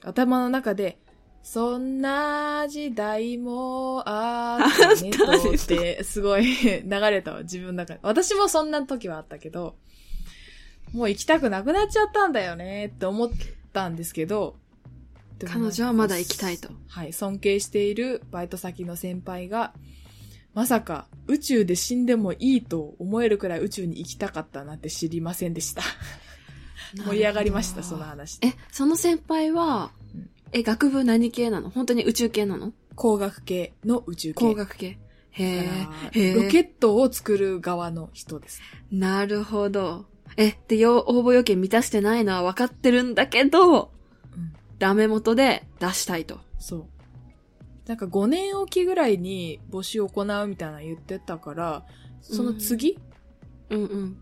Speaker 1: 頭の中で、そんな時代もあったね
Speaker 2: あった
Speaker 1: と
Speaker 2: ね
Speaker 1: って、すごい *laughs* 流れたわ、自分の中で。私もそんな時はあったけど、もう行きたくなくなっちゃったんだよねって思ったんですけど、でもなん
Speaker 2: 彼
Speaker 1: か
Speaker 2: 女はまだ行きたいと。
Speaker 1: はい、尊敬しているバイト先の先輩が、まさか宇宙で死んでもいいと思えるくらい宇宙に行きたかったなんて知りませんでした。盛り上がりました、その話。
Speaker 2: え、その先輩は
Speaker 1: うん、
Speaker 2: え、学部何系なの本当に宇宙系なの
Speaker 1: 工学系の宇宙系。
Speaker 2: 工学系。へ
Speaker 1: だ
Speaker 2: え
Speaker 1: から。
Speaker 2: へ
Speaker 1: ロケ
Speaker 2: ー
Speaker 1: ットを作る側の人です。
Speaker 2: なるほど。え、で、よ応募要件満たしてないのは分かってるんだけど、
Speaker 1: うん
Speaker 2: ダメ元で出したいと。
Speaker 1: そう。なんか5年おきぐらいに募集を行うみたいなの言ってたから、その次、
Speaker 2: うんうん。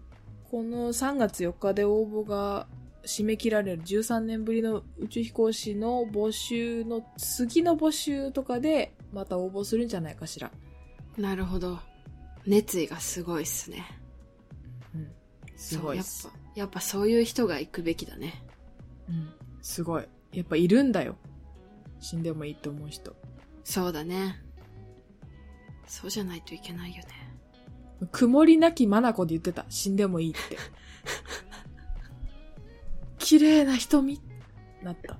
Speaker 1: この3月4日で応募が締め切られる13年ぶりの宇宙飛行士の募集の次の募集とかでまた応募するんじゃないかしら。
Speaker 2: なるほど。熱意がすごいっすね。
Speaker 1: うん。すごいっす
Speaker 2: そう。やっぱ、やっぱそういう人が行くべきだね。
Speaker 1: うん。すごい。やっぱいるんだよ。死んでもいいと思う人。
Speaker 2: そうだね。そうじゃないといけないよね。
Speaker 1: 曇りなき眼で言ってた。死んでもいいって。綺麗な瞳なった。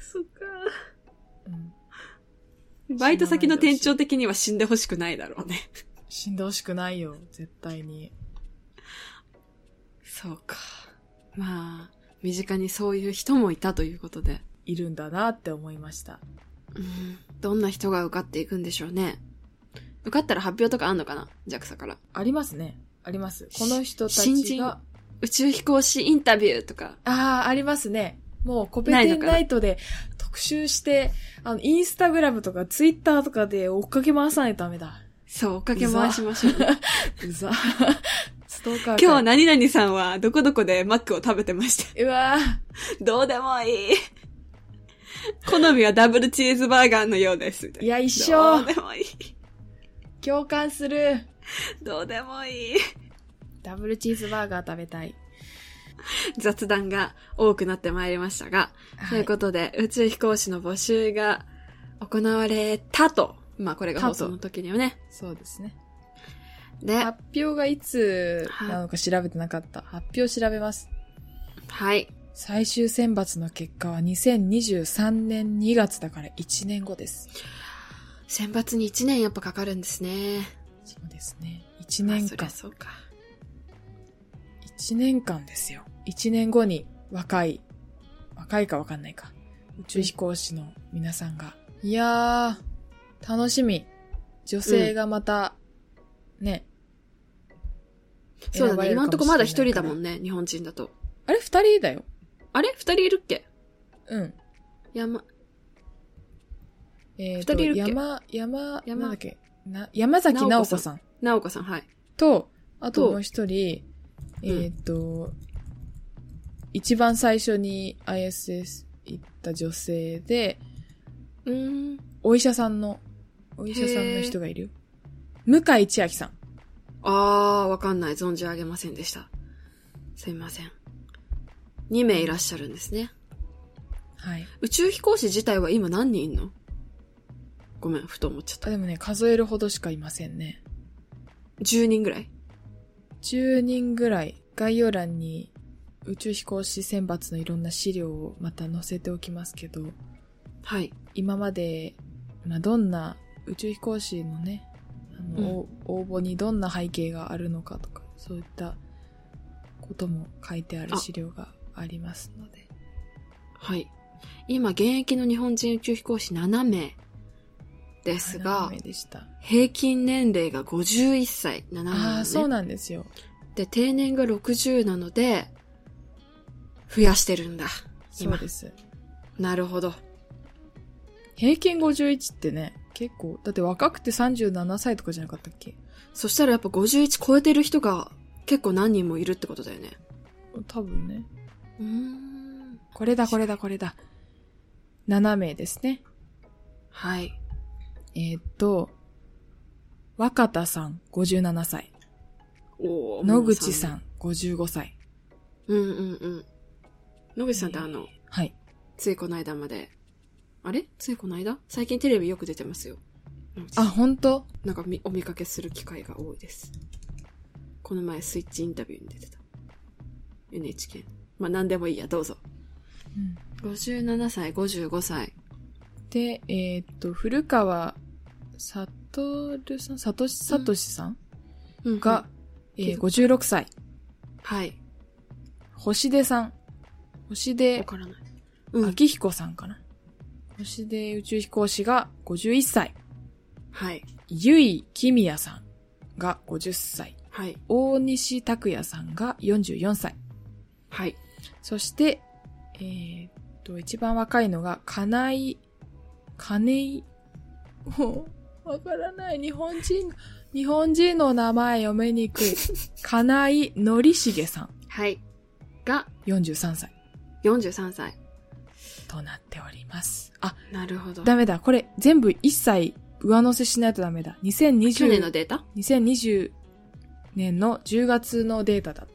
Speaker 2: そっか。
Speaker 1: うん。
Speaker 2: バイト先の店長的には死んでほしくないだろうね。
Speaker 1: 死んでほしくないよ。絶対に。
Speaker 2: そうか。まあ、身近にそういう人もいたということで。
Speaker 1: いるんだなって思いました。
Speaker 2: うん。どんな人が受かっていくんでしょうね。受かったら発表とかあんのかな ?JAXA から。
Speaker 1: ありますね。あります。この人た
Speaker 2: 新
Speaker 1: ち
Speaker 2: 人
Speaker 1: が。
Speaker 2: 宇宙飛行士インタビューとか。
Speaker 1: ああ、ありますね。もうコペテンナイトで特集して、あの、インスタグラムとかツイッターとかで追っかけ回さないとダメだ。
Speaker 2: そう、追っかけ回しましょう。
Speaker 1: うざ。 *laughs* ストーカーか
Speaker 2: *laughs* 今日何々さんはどこどこでマックを食べてました。 *laughs*
Speaker 1: うわー
Speaker 2: どうでもいい。好みはダブルチーズバーガーのようです。みた
Speaker 1: い
Speaker 2: いな
Speaker 1: や、一
Speaker 2: どう
Speaker 1: 生
Speaker 2: でもいい。
Speaker 1: 共感する
Speaker 2: どうでもいい。
Speaker 1: ダブルチーズバーガー食べたい。
Speaker 2: 雑談が多くなってまいりましたが、ということで、宇宙飛行士の募集が行われたと。まあ、これが放送の時にはね。
Speaker 1: そうですね。
Speaker 2: で、
Speaker 1: 発表がいつなのか調べてなかった。発表調べます。
Speaker 2: はい。
Speaker 1: 最終選抜の結果は2023年2月だから1年後です。
Speaker 2: 選抜に1年やっぱかかるんですね。
Speaker 1: そうですね。1年
Speaker 2: あそり
Speaker 1: 間
Speaker 2: ゃ。そうか。
Speaker 1: 1年間ですよ。1年後に若い、若いかわかんないか。宇宙飛行士の皆さんが。いやー、楽しみ。女性がまた、ね。
Speaker 2: そ
Speaker 1: 選
Speaker 2: うだ
Speaker 1: ば
Speaker 2: ね。
Speaker 1: れる
Speaker 2: 今
Speaker 1: か
Speaker 2: んとこ
Speaker 1: もし
Speaker 2: ま
Speaker 1: れ
Speaker 2: だ
Speaker 1: ない
Speaker 2: 一人だも
Speaker 1: から
Speaker 2: んね、日本人だと。
Speaker 1: あれ二人だよ。
Speaker 2: あれ二人いるっけ
Speaker 1: うん。
Speaker 2: 山、
Speaker 1: えー、
Speaker 2: 二人いるっけ
Speaker 1: 山、山、
Speaker 2: 山
Speaker 1: なんだっけな山崎直子さん
Speaker 2: なおこさん、はい。
Speaker 1: と、あ
Speaker 2: と
Speaker 1: ともう一人、
Speaker 2: ん
Speaker 1: えーっ、と、一番最初に ISS 行った女性で、
Speaker 2: うーん。
Speaker 1: お医者さんの、お医者さんの人がいるよ。向井千秋さん。
Speaker 2: あー、わかんない。存じ上げませんでした。すいません。2名いらっしゃるんですね。
Speaker 1: はい。
Speaker 2: 宇宙飛行士自体は今何人いんのごめん、ふと思っちゃっ
Speaker 1: あ、
Speaker 2: た。
Speaker 1: でもね、数えるほどしかいませんね。
Speaker 2: 10人ぐらい
Speaker 1: 10人ぐらい、概要欄に宇宙飛行士選抜のいろんな資料をまた載せておきますけど、
Speaker 2: はい。
Speaker 1: 今まで、まあ、どんな宇宙飛行士のね、あの、お応募にどんな背景があるのかとか、そういったことも書いてある
Speaker 2: あ
Speaker 1: 資料がありますので。
Speaker 2: はい。今、現役の日本人宇宙飛行士7名ですが
Speaker 1: 斜め、でした。
Speaker 2: 平均年齢が51歳、7名なのね、
Speaker 1: ああ、そうなんですよ。
Speaker 2: で、定年が60なので、増やしてるんだ。
Speaker 1: そ
Speaker 2: 今
Speaker 1: うです。
Speaker 2: なるほど。
Speaker 1: 平均51ってね、結構、だって若くて37歳とかじゃなかったっけ
Speaker 2: そしたらやっぱ51超えてる人が結構何人もいるってことだよね。
Speaker 1: 多分ね。
Speaker 2: うーん。
Speaker 1: これだ、これだ、これだ。7名ですね。
Speaker 2: はい。
Speaker 1: えーっと、若田さん、57歳。
Speaker 2: おー
Speaker 1: 野口さ
Speaker 2: も
Speaker 1: ん、55歳。
Speaker 2: ううんうんうん。野口さんってあの、
Speaker 1: はい。
Speaker 2: ついこの間まで。あれついこの間最近テレビよく出てますよ。野口さ
Speaker 1: あ、
Speaker 2: ん
Speaker 1: 本当
Speaker 2: なんかみお見かけする機会が多いです。この前スイッチインタビューに出てた。NHK。まあ何でもいいや、どうぞ。57歳、55歳。
Speaker 1: で、えーっと、古川さとるさん、さとし、さとしさん
Speaker 2: うん
Speaker 1: が、、えー56歳。
Speaker 2: はい。
Speaker 1: 星出さん。星出
Speaker 2: わからない。うん。
Speaker 1: 明彦さんかな。星出宇宙飛行士が51歳。
Speaker 2: はい。
Speaker 1: ゆいきみやさんが50歳。
Speaker 2: はい。
Speaker 1: 大西拓也さんが44歳。
Speaker 2: はい。
Speaker 1: そして、えーっと、一番若いのが、金井、金井、もう、わからない、日本人、日本人の名前読め
Speaker 2: *laughs*
Speaker 1: にくい、金井則重さん、
Speaker 2: はい。が、
Speaker 1: 43歳
Speaker 2: 43歳。
Speaker 1: となっております。あ、
Speaker 2: なるほど。
Speaker 1: ダメだ。これ、全部一切上乗せしないとダメだ。2020
Speaker 2: 去年のデータ
Speaker 1: 2020年の10月のデータだ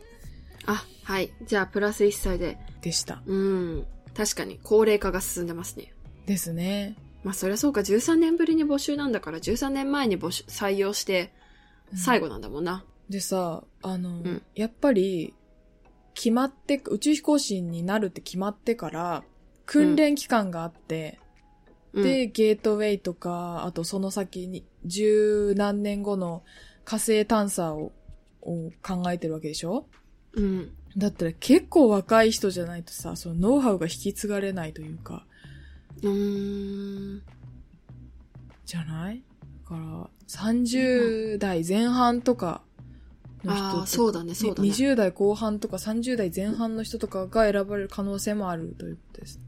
Speaker 2: あ、はい。じゃあ、プラス1歳で。
Speaker 1: でした。
Speaker 2: うん。確かに、高齢化が進んでますね。
Speaker 1: ですね。
Speaker 2: まあ、そりゃそうか。13年ぶりに募集なんだから、13年前に募集、採用して、最後なんだもんな。
Speaker 1: でさ、あの、
Speaker 2: ん
Speaker 1: やっぱり、決まって、宇宙飛行士になるって決まってから、訓練期間があって、
Speaker 2: うん、
Speaker 1: で、ゲートウェイとか、あとその先に、十何年後の火星探査をを考えてるわけでしょ
Speaker 2: うん。
Speaker 1: だったら結構若い人じゃないとさ、そのノウハウが引き継がれないというか、
Speaker 2: うーん。
Speaker 1: じゃないだから、30代前半とかの人
Speaker 2: あ
Speaker 1: と
Speaker 2: あ、そうだね、そうだね。
Speaker 1: 20代後半とか30代前半の人とかが選ばれる可能性もあるということです。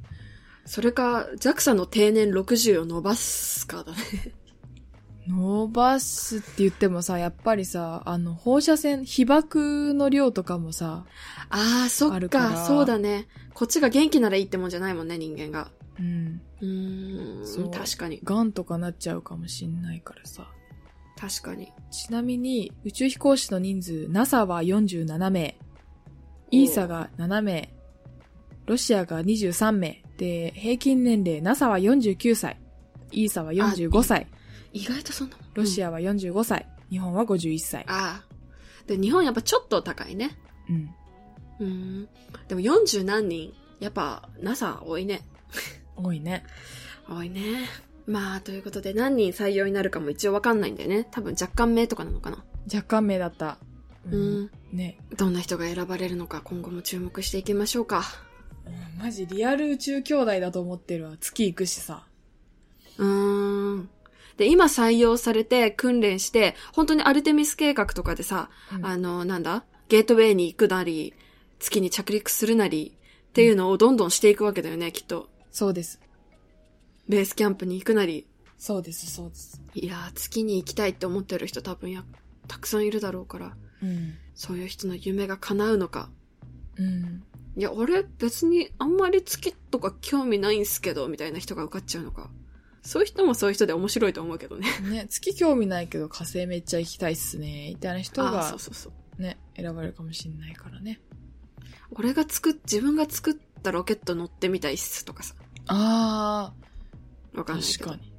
Speaker 2: それか、JAXA の定年60を伸ばすかだね。
Speaker 1: 伸ばすって言ってもさ、やっぱりさ、あの、放射線、被爆の量とかもさ、
Speaker 2: ああ、そ
Speaker 1: あ
Speaker 2: っ
Speaker 1: るか
Speaker 2: か、
Speaker 1: ら
Speaker 2: そうだね。こっちが元気ならいいってもんじゃないもんね、人間が。
Speaker 1: うん、
Speaker 2: うー
Speaker 1: そ
Speaker 2: ん、
Speaker 1: う
Speaker 2: 確かに。
Speaker 1: 癌とかなっちゃうかもしんないからさ。
Speaker 2: 確かに。
Speaker 1: ちなみに、宇宙飛行士の人数、NASA は47名、ESA が7名、ロシアが23名、で、平均年齢、NASA は49歳、ESA は45歳、
Speaker 2: 意外とそんなもん。
Speaker 1: ロシ
Speaker 2: ア。
Speaker 1: アは45歳、日本は51歳。
Speaker 2: ああ。で、日本やっぱちょっと高いね。
Speaker 1: うん。
Speaker 2: うーん。でも40何人、やっぱ NASA 多いね。
Speaker 1: 多いね。
Speaker 2: 多いね。まあ、ということで何人採用になるかも一応わかんないんだよね。多分若干名とかなのかな。
Speaker 1: 若干名だった。う
Speaker 2: うん。
Speaker 1: ね。
Speaker 2: どんな人が選ばれるのか今後も注目していきましょうか。
Speaker 1: うんマジリアル宇宙兄弟だと思ってるわ。月行くしさ。
Speaker 2: うーん。で、今採用されて訓練して、本当にアルテミス計画とかでさ、
Speaker 1: うん
Speaker 2: あの、なんだゲートウェイに行くなり、月に着陸するなり、っていうのをどんどんしていくわけだよね、きっと。
Speaker 1: そうです。
Speaker 2: ベースキャンプに行くなり。
Speaker 1: そうです、そうです。
Speaker 2: いやー、月に行きたいって思ってる人多分や、たくさんいるだろうから、
Speaker 1: うん。
Speaker 2: そういう人の夢が叶うのか。
Speaker 1: うん。
Speaker 2: いや、俺、別にあんまり月とか興味ないんすけど、みたいな人が受かっちゃうのか。そういう人もそういう人で面白いと思うけど
Speaker 1: *laughs*
Speaker 2: ね。
Speaker 1: ね、月興味ないけど火星めっちゃ行きたいっすね。みたいな人
Speaker 2: ああー、
Speaker 1: が
Speaker 2: そうそうそう。
Speaker 1: ね、選ばれるかもしんないからね。
Speaker 2: 俺が作っ、自分が作ったロケット乗ってみたいっすとかさ。
Speaker 1: あ
Speaker 2: わかん
Speaker 1: ー、
Speaker 2: ないけど。
Speaker 1: 確かに。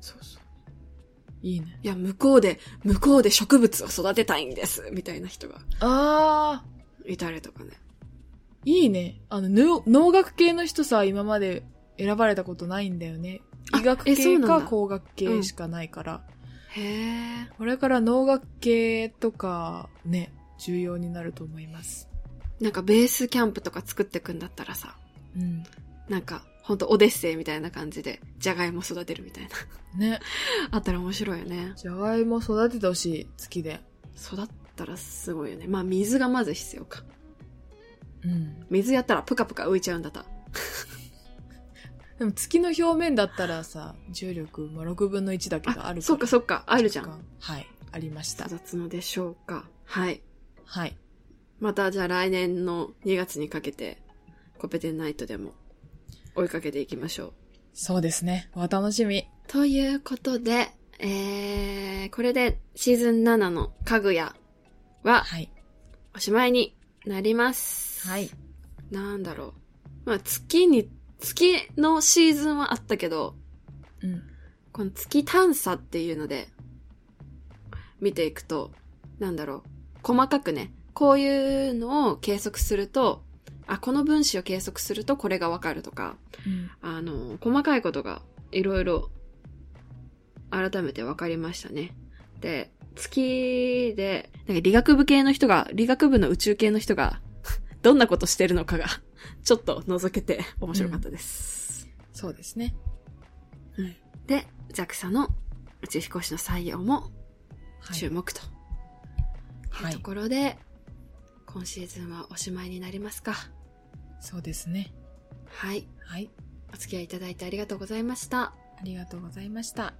Speaker 2: そうそう。
Speaker 1: いいね。
Speaker 2: いや、向こうで、向こうで植物を育てたいんですみたいな人が
Speaker 1: あー、
Speaker 2: いたりとかね。
Speaker 1: いいね。あの、ぬ農学系の人さ、今まで選ばれたことないんだよね。
Speaker 2: あ
Speaker 1: 医学
Speaker 2: えそう
Speaker 1: 系
Speaker 2: な
Speaker 1: か
Speaker 2: んだ
Speaker 1: 工学系しかないから。
Speaker 2: へえ。
Speaker 1: これから農学系とかね、重要になると思います。
Speaker 2: なんかベースキャンプとか作ってくんだったらさ、
Speaker 1: うん。
Speaker 2: なんか、ほんとオデッセイみたいな感じで、じゃがいも育てるみたいな。 *laughs*
Speaker 1: ね。
Speaker 2: あったら面白いよね。
Speaker 1: じゃがいも育ててほしい、月で。
Speaker 2: 育ったらすごいよね。まあ、水がまず必要か。
Speaker 1: うん。
Speaker 2: 水やったらプカプカ浮いちゃうんだった。
Speaker 1: でも月の表面だったらさ、重力、まあ、6分の1だけどあるから。
Speaker 2: そっかそっか、あるじゃん。。
Speaker 1: はい。ありました。
Speaker 2: 育つのでしょうか。はい。
Speaker 1: はい。
Speaker 2: またじゃあ来年の2月にかけて、コペテンナイトでも追いかけていきましょう。
Speaker 1: そうですね。お楽しみ。
Speaker 2: ということで、えー、これでシーズン7のかぐやは
Speaker 1: はい。
Speaker 2: おしまいになります。
Speaker 1: はい。
Speaker 2: なんだろう。まあ月に、月のシーズンはあったけど、
Speaker 1: うん。
Speaker 2: この月探査っていうので、見ていくと、なんだろう、細かくね、こういうのを計測すると、あ、この分子を計測するとこれがわかるとか、
Speaker 1: うん。
Speaker 2: あの、細かいことがいろいろ改めて分かりましたね。で、月で、なんか理学部系の人が、理学部の宇宙系の人が、 *laughs* どんなことしてるのかが、ちょっと覗けて面白かったです。
Speaker 1: そうですね。
Speaker 2: で、JAXA の宇宙飛行士の採用も
Speaker 1: はい。
Speaker 2: 注目とい
Speaker 1: は
Speaker 2: う
Speaker 1: い
Speaker 2: ところで、今シーズンはおしまいになりますか。
Speaker 1: そうですね。
Speaker 2: はい。
Speaker 1: はい。
Speaker 2: お付き合いいただいてありがとうございました。
Speaker 1: ありがとうございました。